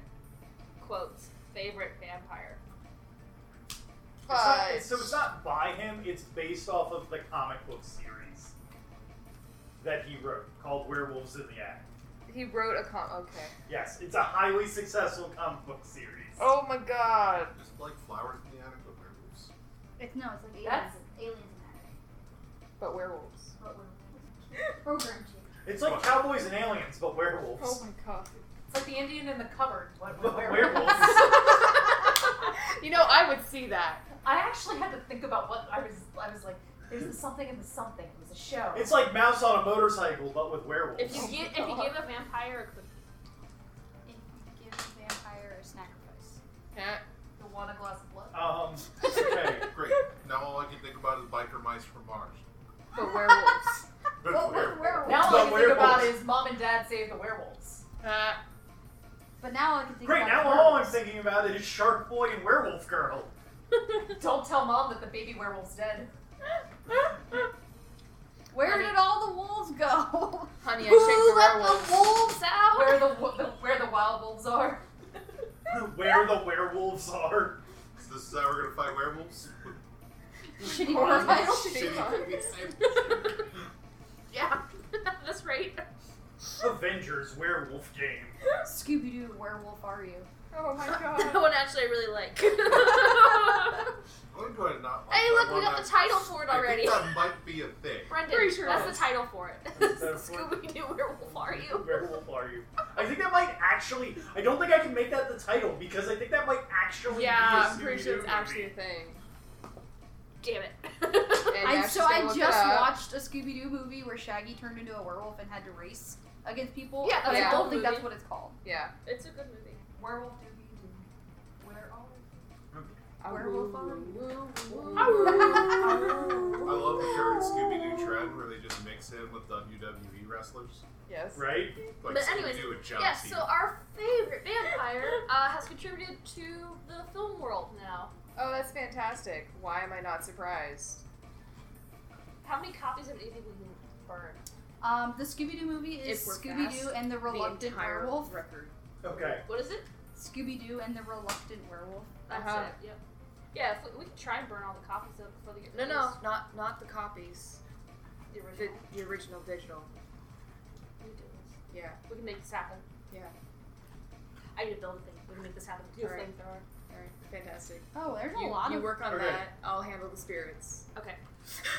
S5: quotes, favorite vampire.
S6: It's not, it's, so it's not by him. It's based off of the comic book series that he wrote called Werewolves in the Attic.
S3: He wrote a com. Okay.
S6: Yes, it's a highly successful comic book series.
S3: Oh my god.
S8: There's like flowers in the attic with werewolves.
S10: It's no, it's like aliens.
S5: That's-
S10: Aliens in the attic.
S3: But werewolves.
S10: But werewolves. Program change.
S6: It's like Cowboys and Aliens, but
S3: Oh
S6: werewolves.
S3: my god.
S9: It's like the Indian in the cupboard. What,
S6: But
S9: what werewolf?
S6: werewolves.
S3: You know, I would see that.
S9: I actually had to think about what I was. I was like, there's something in the something. It was a show.
S6: It's like Mouse on a motorcycle, but with werewolves.
S5: If you give, if you give a vampire a cookie,
S10: If you give a vampire a sacrifice.
S3: Yeah.
S9: you want a glass of blood.
S6: um, okay.
S8: Great. Now all I can think about is biker mice from Mars.
S3: But werewolves.
S8: But
S10: Well,
S8: werewolves.
S10: with werewolves.
S9: Now all I
S6: But
S9: can think about
S6: werewolves.
S9: is mom and dad save the werewolves.
S3: Uh,
S10: But now I can think
S6: Great.
S10: about
S6: Now all I'm
S10: werewolves.
S6: thinking about is Shark Boy and Werewolf Girl.
S9: Don't tell mom that the baby werewolf's dead.
S10: Where did all the wolves go?
S3: honey, I
S10: Who let
S3: shake the werewolves.
S10: the wolves out?
S9: Where the, wo- the where the wild wolves are.
S6: Where the werewolves are.
S8: So this is how we're gonna fight werewolves? With
S10: Shitty
S3: Or-
S10: vampires.
S8: shitty fucking saber-
S5: yeah, at this rate.
S6: Avengers werewolf game.
S10: Scooby Doo, werewolf are you?
S3: Oh my
S5: That
S3: god.
S5: one actually I really like.
S8: Why do I not like
S5: hey,
S8: that
S5: look, we
S8: one?
S5: got
S8: I-
S5: the title for it
S8: I
S5: already.
S8: think that might be a thing.
S5: Brendan,
S3: Pretty sure it
S5: that's
S3: is.
S5: the title for it.
S6: That's the title for it.
S5: Scooby Doo Werewolf Are You?
S6: Werewolf are you? I think that might actually. I don't think I can make that the title because I think that might actually. be
S3: Yeah,
S6: a
S3: I'm pretty
S6: Scooby-Doo
S3: sure it's
S6: movie.
S3: actually a thing.
S5: Damn it.
S3: And
S10: I,
S3: Nash
S10: so
S3: is
S10: I
S3: gonna look it
S10: just
S3: up.
S10: watched a Scooby Doo movie where Shaggy turned into a werewolf and had to race against people.
S5: Yeah,
S10: but
S3: that's
S10: I
S3: a
S10: don't
S5: good
S10: think
S5: movie.
S10: that's what it's called.
S3: Yeah.
S5: it's a good movie.
S9: Werewolf doobie doo. Where all?
S10: Werewolf are
S8: I love the current Scooby Doo trend where they just mix in with WWE wrestlers.
S3: Yes.
S6: Right?
S8: Like
S5: But anyways,
S8: Scooby Doo and John
S5: Yeah,
S8: Cena.
S5: so our favorite vampire uh, has contributed to the film world now.
S3: Oh, that's fantastic. Why am I not surprised?
S5: How many copies of anything we can burn?
S10: Um, the Scooby Doo movie is
S3: If we're
S10: Scooby Doo
S3: fast,
S10: and the Reluctant
S3: the entire
S10: Werewolf.
S3: record.
S6: Okay.
S5: What is it?
S10: Scooby Doo and the Reluctant Werewolf.
S5: That's
S3: Uh-huh.
S5: it, yep. Yeah, if we, we can try and burn all the copies up before they get
S3: No, no,
S5: released.
S3: not not the copies.
S5: The
S3: The,
S5: original.
S3: the original digital.
S5: We can do this.
S3: Yeah.
S5: We can make this happen.
S3: Yeah.
S5: I need to build a thing. We can make this happen. Do a
S3: All right.
S5: flamethrower.
S3: All right. Fantastic.
S10: Oh, there's
S3: you,
S10: a lot
S3: you
S10: of.
S3: work on
S6: Okay.
S3: that. I'll handle the spirits.
S5: Okay.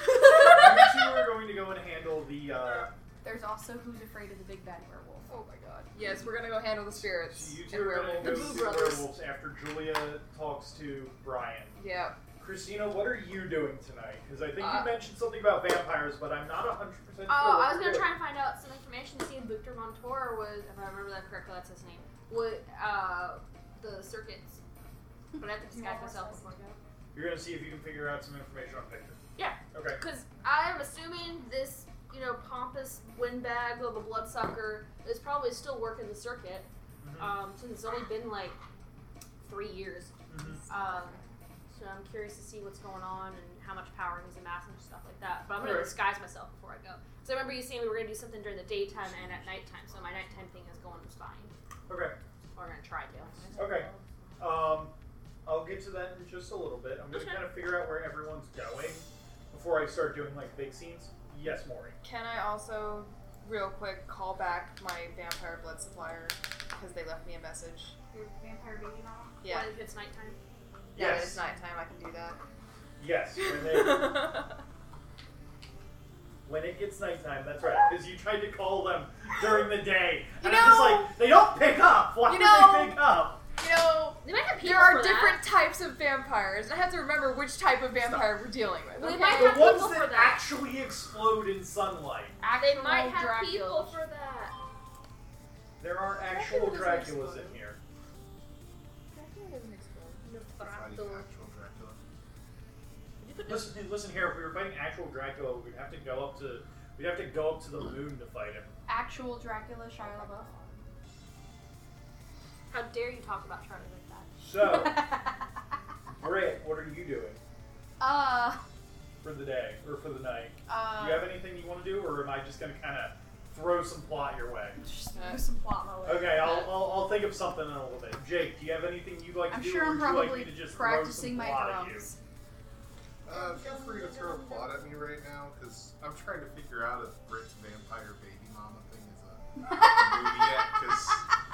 S6: You two are going to go and handle the. Uh,
S10: There's also Who's Afraid of the Big Bad Werewolf.
S3: Oh my god. Yes, we're gonna go handle the spirits.
S6: you two
S3: and
S6: are going to
S3: werewolves.
S6: go see werewolves after Julia talks to Brian.
S3: Yeah.
S6: Christina, what are you doing tonight? Because I think
S3: Uh,
S6: you mentioned something about vampires, but I'm not 100% sure.
S5: Oh,
S6: what
S5: I was
S6: you're
S5: gonna try
S6: doing.
S5: and find out some information to see if Victor Montour was, if I remember that correctly, that's his name, would, uh, the circuits. But I have to disguise myself before I go.
S6: You're going to see if you can figure out some information on Victor.
S5: Yeah.
S6: Okay.
S5: Because I'm assuming this you know, pompous windbag of a bloodsucker is probably still working the circuit, um, since it's only been like three years.
S6: Mm-hmm.
S5: Um, so I'm curious to see what's going on and how much power he's amassing and stuff like that. But I'm gonna
S9: Alright.
S5: disguise myself before I go. So I remember you saying we were gonna do something during the daytime and at nighttime. So my nighttime thing is going to spying,
S6: Okay.
S5: or I'm gonna try to.
S6: Okay. Um, I'll get to that in just a little bit. I'm going to kind of figure out where everyone's going before I start doing like big scenes. Yes, Maury.
S3: Can I also, real quick, call back my vampire blood supplier because they left me a message?
S12: Your vampire baby mama?
S3: Yeah.
S5: What if it's nighttime?
S3: Yeah,
S6: Yes.
S3: it's nighttime. I can do that.
S6: Yes, when, they, when it gets nighttime, that's right. Because you tried to call them during the day, and I'm just like, they don't pick up. Why
S3: You
S6: would
S3: know-
S6: they pick up?
S3: You know,
S5: They might have people
S3: there are
S5: for that.
S3: different types of vampires, and I have to remember which type of vampire we're dealing with.
S5: We
S3: okay?
S5: might have
S6: The ones
S5: people
S6: that,
S5: for that.
S6: actually explode in sunlight.
S5: They might
S3: Actual
S5: have
S3: Draculas.
S5: people for that.
S6: There are actual
S3: Dracula doesn't
S6: Draculas in here.
S3: Dracula doesn't explode.
S6: Listen, dude, listen here. If we were fighting actual Dracula, we'd have to go up to we'd have to go up to the moon to fight him.
S10: Actual Dracula, Shia LaBeouf.
S5: How dare you talk about Charlie like that?
S6: So, Maria, what are you doing
S10: Uh,
S6: for the day or for the night?
S10: uh,
S6: do you have anything you want to do, or am I just going to kind of throw some plot your way?
S10: just throw some plot my way.
S6: Okay, I'll, I'll, I'll think of something in a little bit. Jake, do you have anything you'd like
S10: I'm
S6: to do,
S10: sure
S6: or
S10: I'm
S6: would you like
S10: probably
S6: me to just throw some
S10: practicing my
S6: plot at you?
S10: drums.
S8: Uh, feel free to throw a plot at me right now because I'm trying to figure out if Brit's vampire baby mama thing is a movie yet because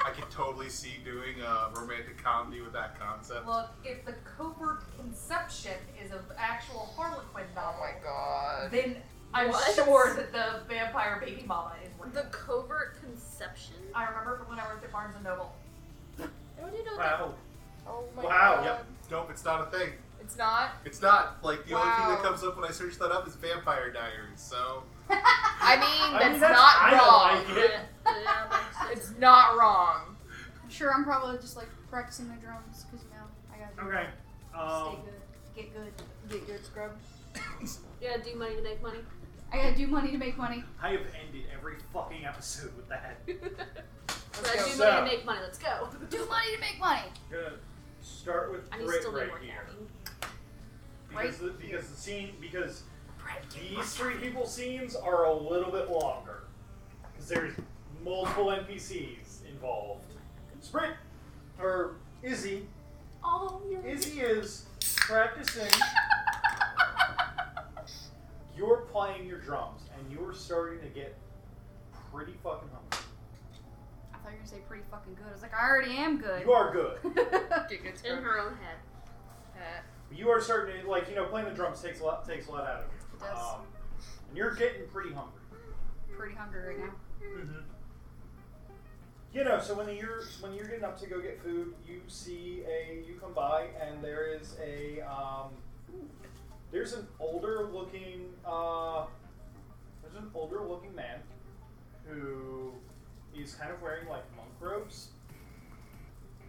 S8: I could totally see doing a romantic comedy with that concept.
S9: Look, if the covert conception is an actual Harlequin novel,
S3: Oh my god.
S9: then I'm
S5: What?
S9: sure that the vampire baby mama is real.
S5: The covert conception?
S9: I remember from when I worked at Barnes and Noble.
S5: How do you know that?
S6: Wow.
S3: Oh my
S6: Wow,
S3: god.
S8: Yep. Nope, it's not a thing.
S3: It's not.
S8: It's not. Like, the only thing
S3: Wow.
S8: that comes up when I search that up is Vampire Diaries, so.
S3: I mean, that's,
S6: I mean,
S3: not wrong.
S6: kinda like it.
S5: Yeah, but it's-
S3: It's not wrong.
S10: I'm sure I'm probably just like practicing my drums because you know I gotta do
S6: Okay. Um,
S10: stay good, get good.
S3: Get good scrub.
S5: You gotta do money to make money.
S10: I gotta do money to make money.
S6: I have ended every fucking episode with that.
S5: So I do
S3: go.
S5: money to
S6: So-
S5: make money. Let's go.
S10: Do money to make money.
S6: gonna start with
S5: I need to
S6: Brit
S5: still do
S6: right
S5: work
S6: here.
S5: now.
S6: Because, the, because the scene, because these three people scenes are a little bit longer. Because there's multiple NPCs involved. Sprint, or Izzy.
S5: Oh, you're
S6: Izzy is practicing. You're playing your drums, and you're starting to get pretty fucking hungry.
S10: I thought you were gonna say pretty fucking good. I was like, I already am good.
S6: You are good.
S3: Get good
S5: in
S3: scrub.
S5: her own head.
S3: Eh.
S6: You are starting to like you know playing the drums takes a lot takes a lot out of you.
S10: It does.
S6: Um, and you're getting pretty hungry.
S10: pretty hungry right now.
S6: You know, so when you're when you're getting up to go get food, you see a you come by and there is a um, there's an older looking uh, there's an older looking man who is kind of wearing like monk robes.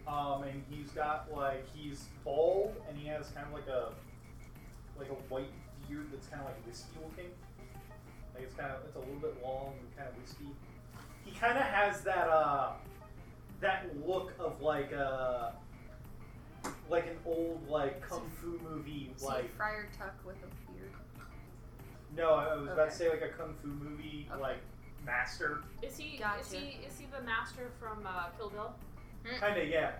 S6: Um, and he's got like he's bald and he has kind of like a like a white beard that's kind of like whiskey looking. Like it's kind of it's a little bit long and kind of whiskey he kind of has that uh that look of like a like an old like kung fu movie
S10: See
S6: like
S10: Friar Tuck with a beard.
S6: no I was about
S10: Okay.
S6: to say like a kung fu movie
S10: Okay.
S6: like master
S5: Is he? Is
S10: Gotcha.
S5: he? Is he the master from uh, Kill Bill?
S6: kind of yeah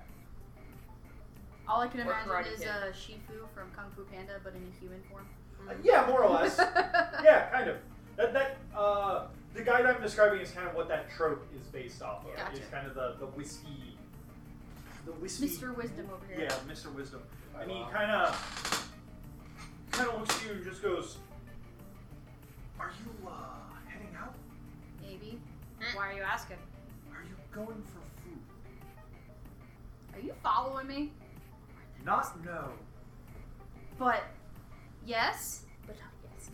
S10: All I can
S3: Or
S10: imagine
S3: Karate
S10: is
S3: Kid.
S10: uh, Shifu from Kung Fu Panda, but in a human form.
S6: Uh, yeah more or less yeah kind of that that uh the guy that I'm describing is kind of what that trope is based off of
S10: Gotcha.
S6: It's kind of the the whiskey the whiskey
S10: Mr. Wisdom over here.
S6: yeah Mr Wisdom
S1: I
S6: And he
S1: love-
S6: kind of kind of looks at you and just goes, "Are you uh, heading out?
S10: Maybe. Why are you asking?
S6: Are you going for food?
S10: Are you following me?
S6: Not no."
S10: But yes.
S5: But not yes.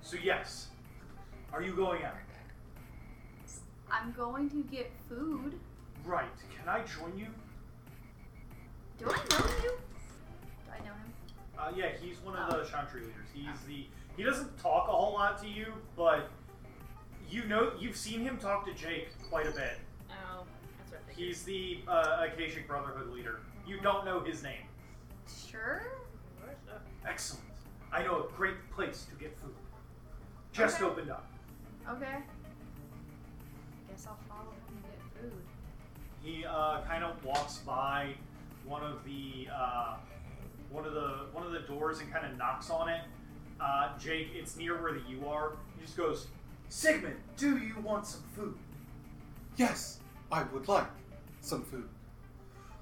S6: So yes, are you going out?
S10: I'm going to get food.
S6: Right. Can I join you?
S10: Do I know you? Do I know him?
S6: Uh, yeah, he's one of the Chantry leaders. He's the he doesn't talk a whole lot to you, but You know, you've seen him talk to Jake quite a bit.
S5: Oh, that's what I figured.
S6: He's the uh, Akashic Brotherhood leader. You don't know his name.
S1: Sure.
S6: Excellent. I know a great place to get food. Just
S1: Okay.
S6: opened up.
S1: Okay. Guess I'll follow him and get food.
S6: He uh, kind of walks by one of the uh, one of the one of the doors and kind of knocks on it. Uh, Jake, it's near where the you are. He just goes, Sigmund, do you want some food?
S8: Yes, I would like some food.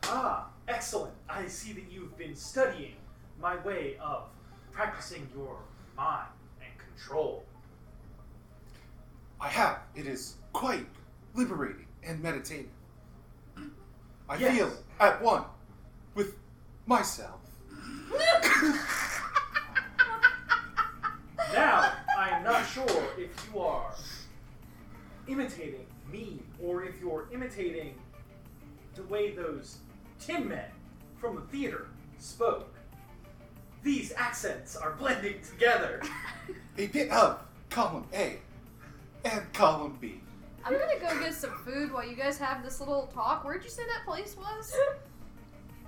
S6: Ah, excellent. I see that you've been studying my way of practicing your mind and control.
S8: I have. It is quite liberating and meditative. I
S6: Yes.
S8: feel at one with myself.
S6: Now, I am not sure if you are imitating me or if you're imitating the way those tin men from the theater spoke. These accents are blending together.
S8: A bit of column A and column B.
S10: I'm gonna go get some food while you guys have this little talk. Where'd you say that place was?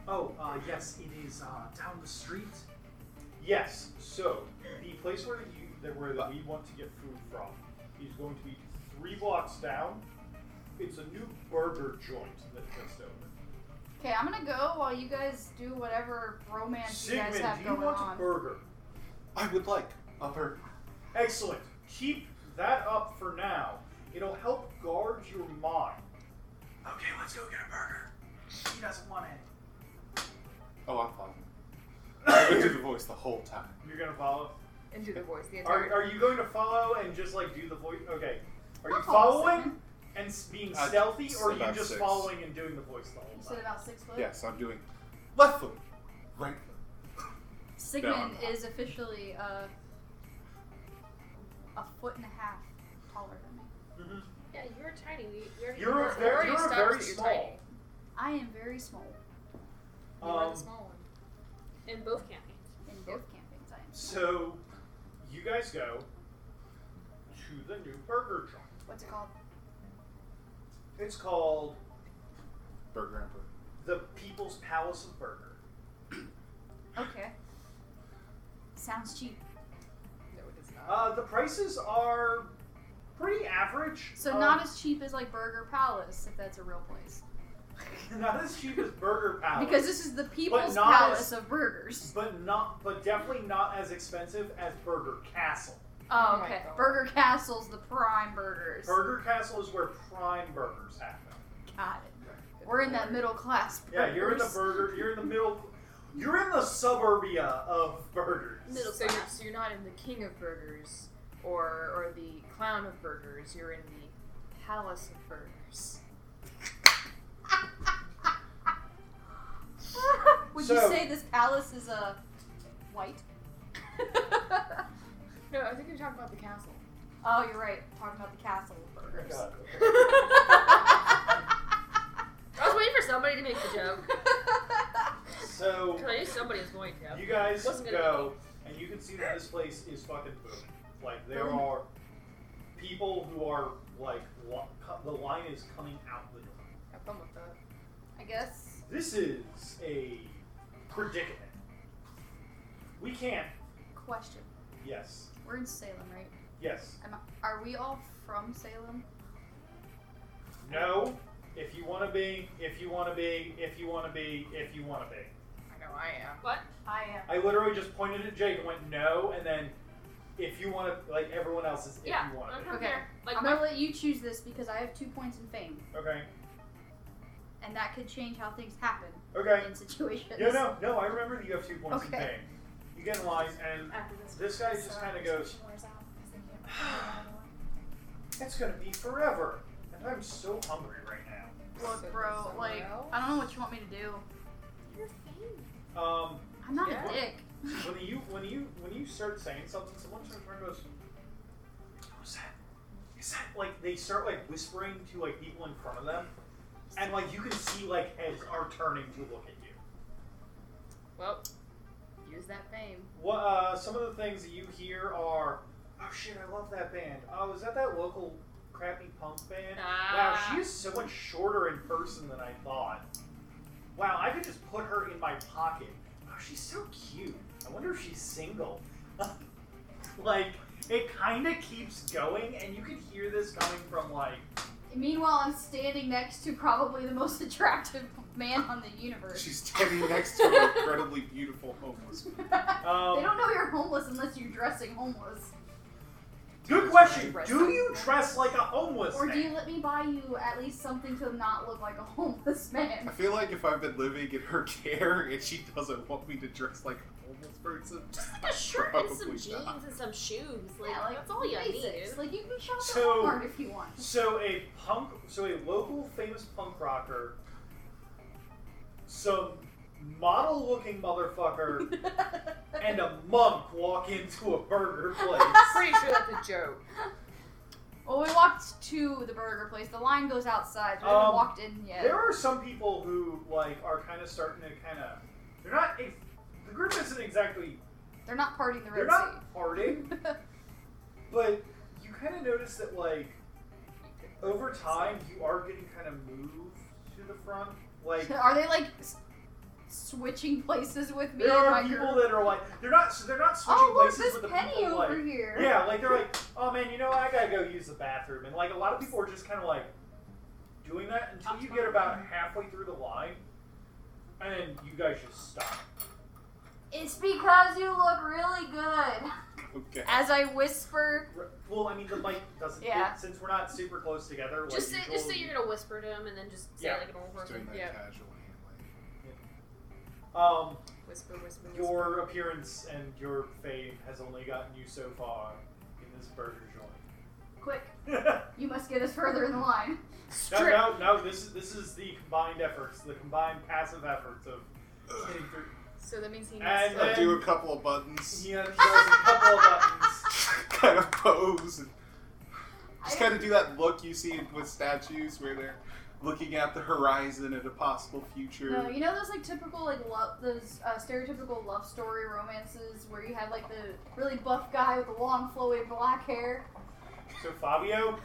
S6: Oh, uh, yes, it is uh, down the street. Yes, so the place where you that where that we want to get food from is going to be three blocks down. It's a new burger joint that just opened.
S10: Okay, I'm gonna go while you guys do whatever romance you guys
S6: Sigmund,
S10: have
S6: do you
S10: going
S6: want
S10: on.
S6: a burger?
S8: I would like a burger.
S6: Excellent. Keep that up for now. It'll help guard your mind. Okay, let's go get a burger. He doesn't want it.
S8: Oh, I'm following. I would do the voice the whole time.
S6: You're gonna follow.
S3: And do the voice the entire
S6: Are, are you going to follow and just like do the voice? Okay. Are you
S10: I'll follow
S6: following and s- being
S8: Uh,
S6: stealthy,
S8: s-
S6: or are you
S8: about
S6: just
S8: six.
S6: following and doing the voice the whole
S10: You
S6: time?
S10: said about six foot.
S8: Yes, I'm doing left foot, right foot.
S10: Sigmund
S8: No.
S10: is officially uh, a foot and a half taller than me.
S5: Yeah, you're tiny. We, we already
S6: You're
S5: we
S6: a very,
S5: already
S6: you're a
S5: established
S6: very
S5: that you're
S6: small.
S10: I am very small.
S5: tiny. You are
S6: Um,
S5: the small one. In both campings.
S10: In both campings, I am.
S6: So, you guys go to the new burger joint.
S10: What's it called?
S6: It's called
S8: Burger and burger.
S6: the People's Palace of Burger.
S10: Okay. Sounds cheap.
S3: No, it is not.
S6: Uh, the prices are pretty average.
S10: So
S6: Um,
S10: not as cheap as like Burger Palace, if that's a real place.
S6: not as cheap as Burger Palace.
S10: Because this is the people's
S6: not as-
S10: palace of burgers.
S6: but not, but definitely not as expensive as Burger Castle.
S10: Oh,
S3: my
S10: okay.
S3: God.
S10: Burger Castle's the prime burgers.
S6: Burger Castle is where prime burgers happen.
S10: Got it. We're in that middle class. Burgers.
S6: Yeah, you're in the burger. You're in the middle. You're in the suburbia of burgers.
S3: Middle so, you're, so you're not in the king of burgers or or the clown of burgers. You're in the palace of burgers.
S10: Would you
S6: So-
S10: say this palace is a white?
S3: No, I think you're talking about the castle.
S10: oh, you're right. Talking about the castle of burgers.
S6: God.
S5: I was waiting for somebody to make the joke.
S6: So
S5: Because I knew somebody was going to.
S6: you guys
S5: Wasn't gonna
S6: go, and you can see that this place is fucking booming. Like there
S5: Booming.
S6: are people who are like wa- co- the line is coming out the door.
S3: Have fun with that.
S10: I guess.
S6: This is a predicament. We can't.
S10: Question.
S6: Yes.
S10: We're in Salem, right?
S6: Yes.
S10: Am I, are we all from Salem?
S6: No. If you want to be. If you want to be. If you want to be. If you want to be.
S3: I know I am.
S5: What?
S10: I am.
S6: I literally just pointed at Jake and went no, and then if you want to, like everyone else is, if
S5: Yeah.
S6: you want
S5: I'm
S6: to.
S5: from
S10: Okay.
S5: there. Like
S10: I'm
S5: my,
S10: gonna let you choose this because I have two points in fame,
S6: Okay.
S10: and that could change how things happen
S6: Okay.
S10: in situations.
S6: No, no, no. I remember that you have two points in
S10: Okay.
S6: fame. You get in line, and
S10: After this,
S6: this guy just kind of goes, "It's gonna be forever," and I'm so hungry right now.
S10: look, bro, like I don't know what you want me to do.
S5: You're famous.
S6: Um,
S10: I'm not
S5: Yeah.
S10: a dick.
S6: when you when you when you start saying something, someone turns around and goes, "Who's that? Is that like?" They start like whispering to like people in front of them, and like you can see like heads are turning to look at you.
S3: Well, use that fame.
S6: What uh, some of the things that you hear are, "Oh shit, I love that band." Oh, is that that local crappy punk band. Wow,
S5: Ah.
S6: she is so much shorter in person than I thought. Wow, I could just put her in my pocket. Wow, she's so cute. I wonder if she's single. like, it kind of keeps going, and you can hear this coming from like
S9: Meanwhile, I'm standing next to probably the most attractive man on the universe.
S8: She's standing next to an incredibly beautiful homeless woman.
S6: uh,
S9: they don't know you're homeless unless you're dressing homeless.
S6: Good question. Do you dress like a homeless
S9: Or do
S6: man?
S9: you let me buy you at least something to not look like a homeless man?
S8: I feel like if I've been living in her care and she doesn't want me to dress like a homeless person, just
S5: Like a shirt and some jeans and some shoes. Like,
S9: Yeah, like,
S5: that's all you
S9: basics.
S5: need.
S9: Like you can shop
S6: So-
S9: at Walmart if you want.
S6: So a punk, so a local famous punk rocker, some model-looking motherfucker, and a monk walk into a burger place.
S3: Pretty sure that's a joke.
S9: Well, we walked to the burger place. The line goes outside. We
S6: Um,
S9: haven't walked in yet.
S6: There are some people who like are kind of starting to kind of. They're not. ex- The group isn't exactly.
S9: They're not partying the
S6: They're
S9: Red Sea.
S6: not partying, but you kind of notice that like over time you are getting kind of moved to the front. Like
S9: are they like s- switching places with me?
S6: There
S9: and
S6: are
S9: my
S6: people
S9: girl?
S6: that are like they're not so they're not switching
S9: Oh, look,
S6: places
S9: there's
S6: with the
S9: Penny
S6: people
S9: over
S6: like
S9: here.
S6: yeah like they're like oh man you know what I gotta go use the bathroom and like a lot of people are just kind of like doing that until you get about halfway through the line and then you guys just stop.
S9: It's because you look really good.
S8: Okay.
S9: As I whisper,
S6: R- Well, I mean the mic doesn't
S9: Yeah.
S6: it- since we're not super close together.
S5: Just say,
S6: like,
S5: just say
S6: usually-
S5: you're gonna whisper to him and then just say
S6: Yeah.
S5: like an old
S6: Just
S5: word.
S6: doing that
S5: Yeah.
S6: um
S5: Whisper, whisper, whisper.
S6: your appearance and your fame has only gotten you so far in this burger joint.
S9: quick. you must get us further in the line.
S6: No, no, no. This is this is the combined efforts, the combined passive efforts of getting through.
S3: So that means he needs
S6: And
S3: to.
S8: I do a couple of buttons,
S6: He does a couple of buttons.
S8: kind of pose, and just kind of do that look you see with statues where they're looking at the horizon at a possible future.
S9: No, you know those like typical like love those uh, stereotypical love story romances where you have like the really buff guy with the long flowy black hair.
S6: So Fabio,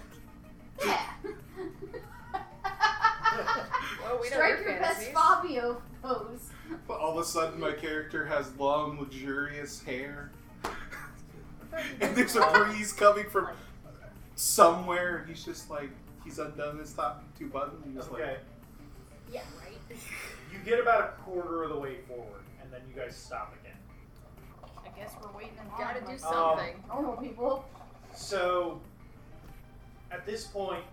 S3: Well, we know
S9: Strike
S3: your
S9: your best
S3: fantasies.
S9: Fabio pose.
S8: But all of a sudden, my character has long, luxurious hair. and there's a breeze coming from somewhere. He's just like, he's undone his top two buttons. and He's
S6: Okay.
S8: like,
S9: Yeah, right.
S6: you get about a quarter of the way forward, and then you guys stop again. Um,
S9: I guess we're waiting in line.
S3: Gotta do
S9: like
S3: something.
S9: normal Oh, people.
S6: So, at this point,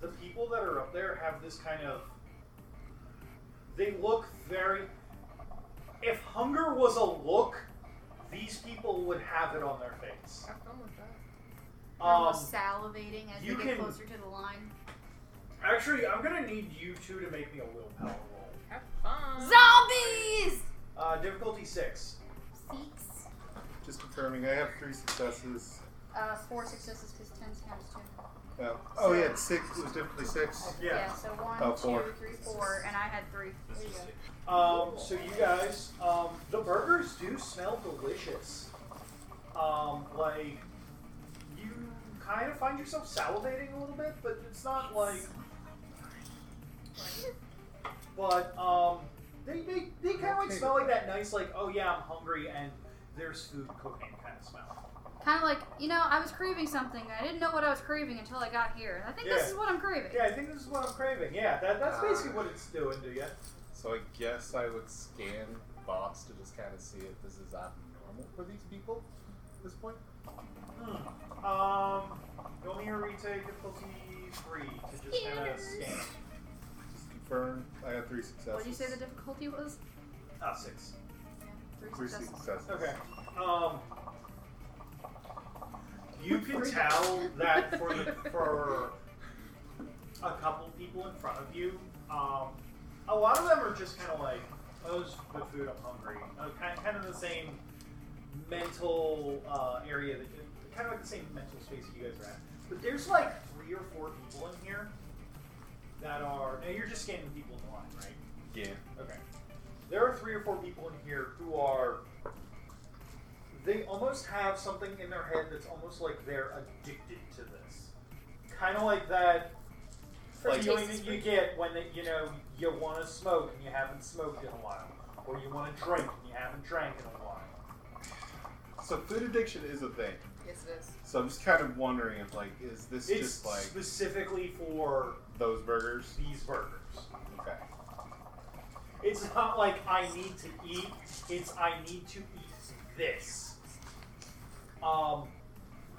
S6: the people that are up there have this kind of. They look very. If hunger was a look, these people would have it on their face.
S3: Have fun with that.
S9: We're
S6: Um,
S9: almost salivating as we
S6: you
S9: get
S6: can-
S9: closer to the line.
S6: actually, I'm gonna need you two to make me a willpower roll.
S3: Have fun.
S9: Zombies!
S6: Uh, difficulty six.
S9: Seeks.
S8: just confirming, I have three successes.
S9: Uh, four successes because tens times two.
S8: Oh, oh yeah, it's six. It was definitely six.
S9: so one,
S8: Oh,
S9: two,
S8: four.
S9: three, four, and I had three. There you go.
S6: Um, so you guys, um, the burgers do smell delicious. Um, like you kind of find yourself salivating a little bit, but it's not like. But um, they they, they kind of like smell like that nice like oh yeah I'm hungry and there's food cooking kind of smell.
S9: Kind of like, you know, I was craving something. I didn't know what I was craving until I got here. And I think
S6: Yeah.
S9: this is what I'm craving.
S6: Yeah, I think this is what I'm craving. Yeah, that, that's basically what it's doing to you.
S8: So I guess I would scan box to just kind of see if this is abnormal for these people at this point.
S6: Hmm. Um, go me a retake difficulty three to just kind of scan.
S8: Just confirm. I got three successes.
S9: What did you say the difficulty was?
S6: Ah, six.
S9: Three
S8: Three
S9: successes.
S8: successes.
S6: Okay. Um, you can tell that for the, for a couple people in front of you, um, a lot of them are just kind of like, "Oh, it's good food. I'm hungry." Uh, kind, kind of the same mental uh, area that kind of like the same mental space that you guys are at. But there's like three or four people in here that are. Now you're just scanning people in the line, right?
S8: Yeah.
S6: Okay. There are three or four people in here who are. They almost have something in their head that's almost like they're addicted to this. kind of like that
S1: For
S6: feeling
S1: taste is
S6: that you
S1: free.
S6: get when that you know you want to smoke and you haven't smoked in a while, or you want to drink and you haven't drank in a while.
S8: So food addiction is a thing.
S9: Yes, it is.
S8: So I'm just kind of wondering if like is this
S6: It's
S8: just like
S6: specifically for
S8: those burgers?
S6: These burgers.
S8: Okay.
S6: It's not like I need to eat. It's I need to eat this. Um,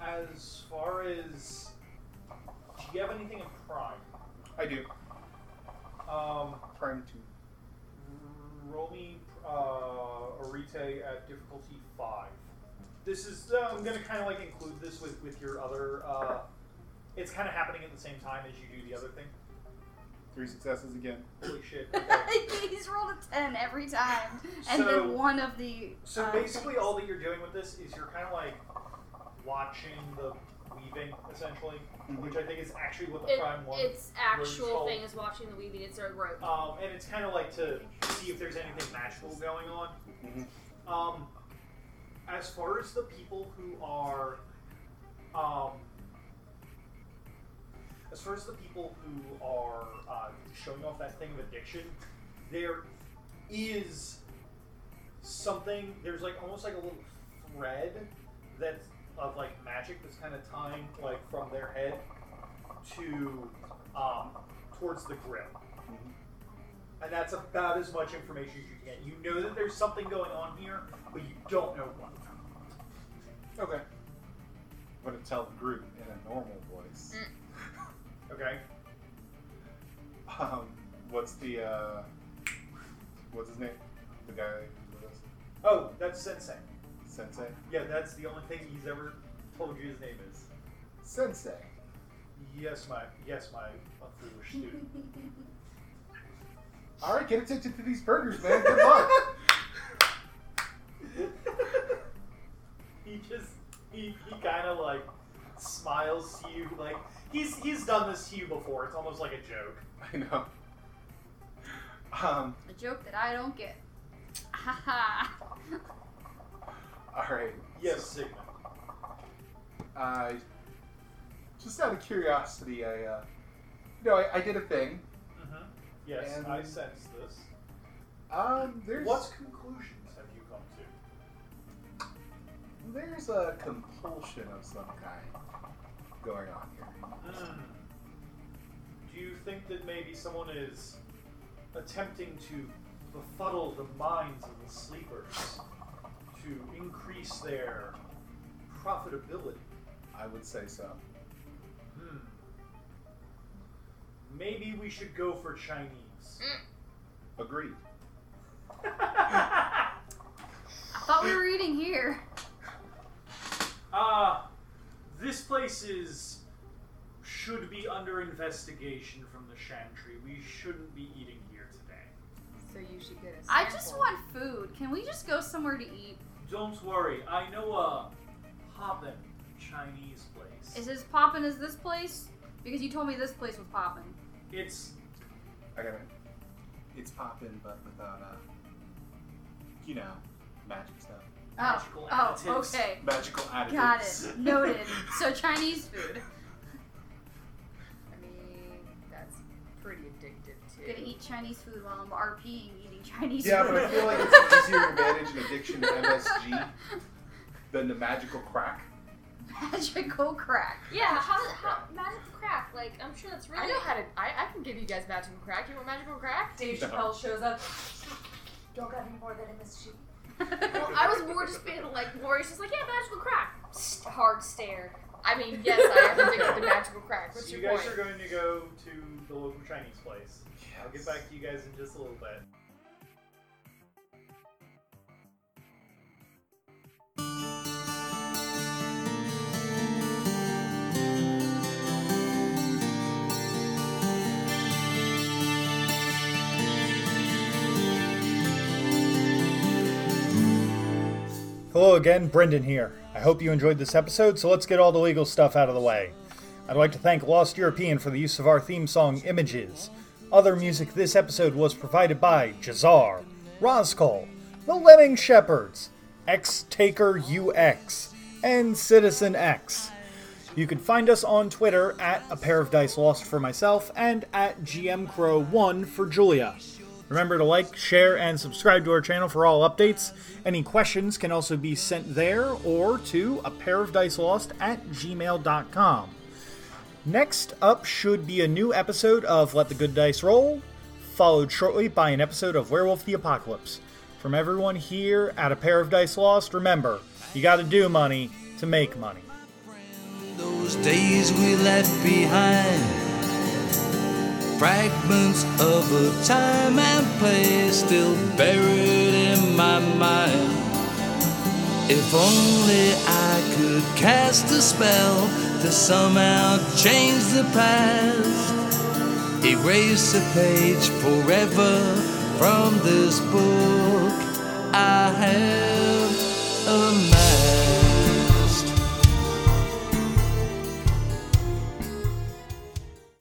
S6: as far as do you have anything in Prime?
S8: I do.
S6: Um,
S8: Prime two.
S6: Roll me uh, Arite at difficulty five. This is uh, I'm gonna kind of like include this with with your other. Uh, it's kind of happening at the same time as you do the other thing.
S8: Three successes again.
S6: Holy shit.
S10: He's rolled a ten every time, and
S6: So-
S10: then one of the.
S6: So
S10: uh,
S6: basically, all that you're doing with this is you're kind of like watching the weaving, essentially, which I think is actually what the
S5: It,
S6: prime one.
S5: its
S6: was
S5: actual
S6: called.
S5: thing is watching the weaving. It's a rope.
S6: Um, and it's kind of like to see if there's anything magical going on. Um, as far as the people who are, um, as far as the people who are uh, showing off that thing of addiction, there is something. There's like almost like a little thread that's of like magic that's kind of tying like from their head to um, towards the grill. And that's about as much information as you can get. You know that there's something going on here, but you don't know what. Okay.
S8: I'm gonna tell the group in a normal voice.
S9: Mm.
S6: Okay.
S8: Um, what's the uh, what's his name? The guy who's with us?
S6: Oh, that's Sensei.
S8: Sensei.
S6: Yeah, that's the only thing he's ever told you his name is.
S8: Sensei.
S6: Yes, my yes, my foolish student.
S8: All right, get addicted to these burgers, man. Good luck.
S6: he just he, he kind of like smiles to you like he's he's done this to you before. It's almost like a joke.
S8: I know. Um,
S10: A joke that I don't get. Ha ha.
S8: all right.
S6: Yes, Sigma.
S8: I just out of curiosity, I uh, you know, I, I did a thing.
S6: Mm-hmm. Yes,
S8: And-
S6: I sense this.
S8: Um, there's
S6: What conclusions have you come to?
S8: there's a compulsion of some kind going on here.
S6: Hmm. Do you think that maybe someone is attempting to befuddle the minds of the sleepers to increase their profitability?
S8: I would say so.
S6: Hmm. Maybe we should go for Chinese.
S8: Agreed.
S10: I thought we were eating here.
S6: Ah, this place is should be under investigation from the Chantry. We shouldn't be eating here today.
S9: So you should get a
S10: I just want food. Can we just go somewhere to eat?
S6: Don't worry, I know a hoppin' Chinese place.
S10: Is as poppin' as this place? Because you told me this place was poppin'.
S6: It's
S8: I got it. It's popping, but without uh, you know, magic stuff.
S10: Oh,
S6: Magical
S10: oh,
S6: additives.
S10: okay.
S8: Magical additives.
S10: Got it. Noted. So Chinese food.
S9: I mean, that's pretty addictive too.
S10: Gonna eat Chinese food while I'm RPing eating Chinese
S8: Yeah,
S10: food.
S8: but I feel like it's easier to manage an addiction to MSG than the magical crack.
S10: Magical crack.
S5: Yeah, how, how magical crack? Like I'm sure that's really.
S9: I know how to. I, I can give you guys magical crack. You want magical crack?
S13: Dave
S8: No.
S13: Chappelle shows up. Don't grab any more than MSG.
S9: well, I was more just being like, Lori's just like, yeah, magical crack.
S13: Psst, Hard stare.
S9: I mean, yes, I am addicted to magical crack. What's
S6: so you
S9: your
S6: guys
S9: point?
S6: are going to go to the local Chinese place. I'll get back to you guys in just a little bit. Hello again, Brendan here. I hope you enjoyed this episode, so let's get all the legal stuff out of the way. I'd like to thank Lost European for the use of our theme song Images. Other music this episode was provided by Jazar, Roscoe, The Lemming Shepherds, X Taker UX, and Citizen X.
S1: You can find us on Twitter at a pair of dice lost for myself and at GMCrow1 for Julia. Remember to like, share, and subscribe to our channel for all updates. Any questions can also be sent there or to a pair of dice lost at gmail.com. Next up should be a new episode of Let the Good Dice Roll, followed shortly by an episode of Werewolf the Apocalypse. From everyone here at A Pair of Dice Lost, remember, you gotta do money to make money.
S2: those days we left behind. Fragments of a time and place still buried in my mind. If only I could cast a spell to somehow change the past, erase a page forever from this book I have imagined.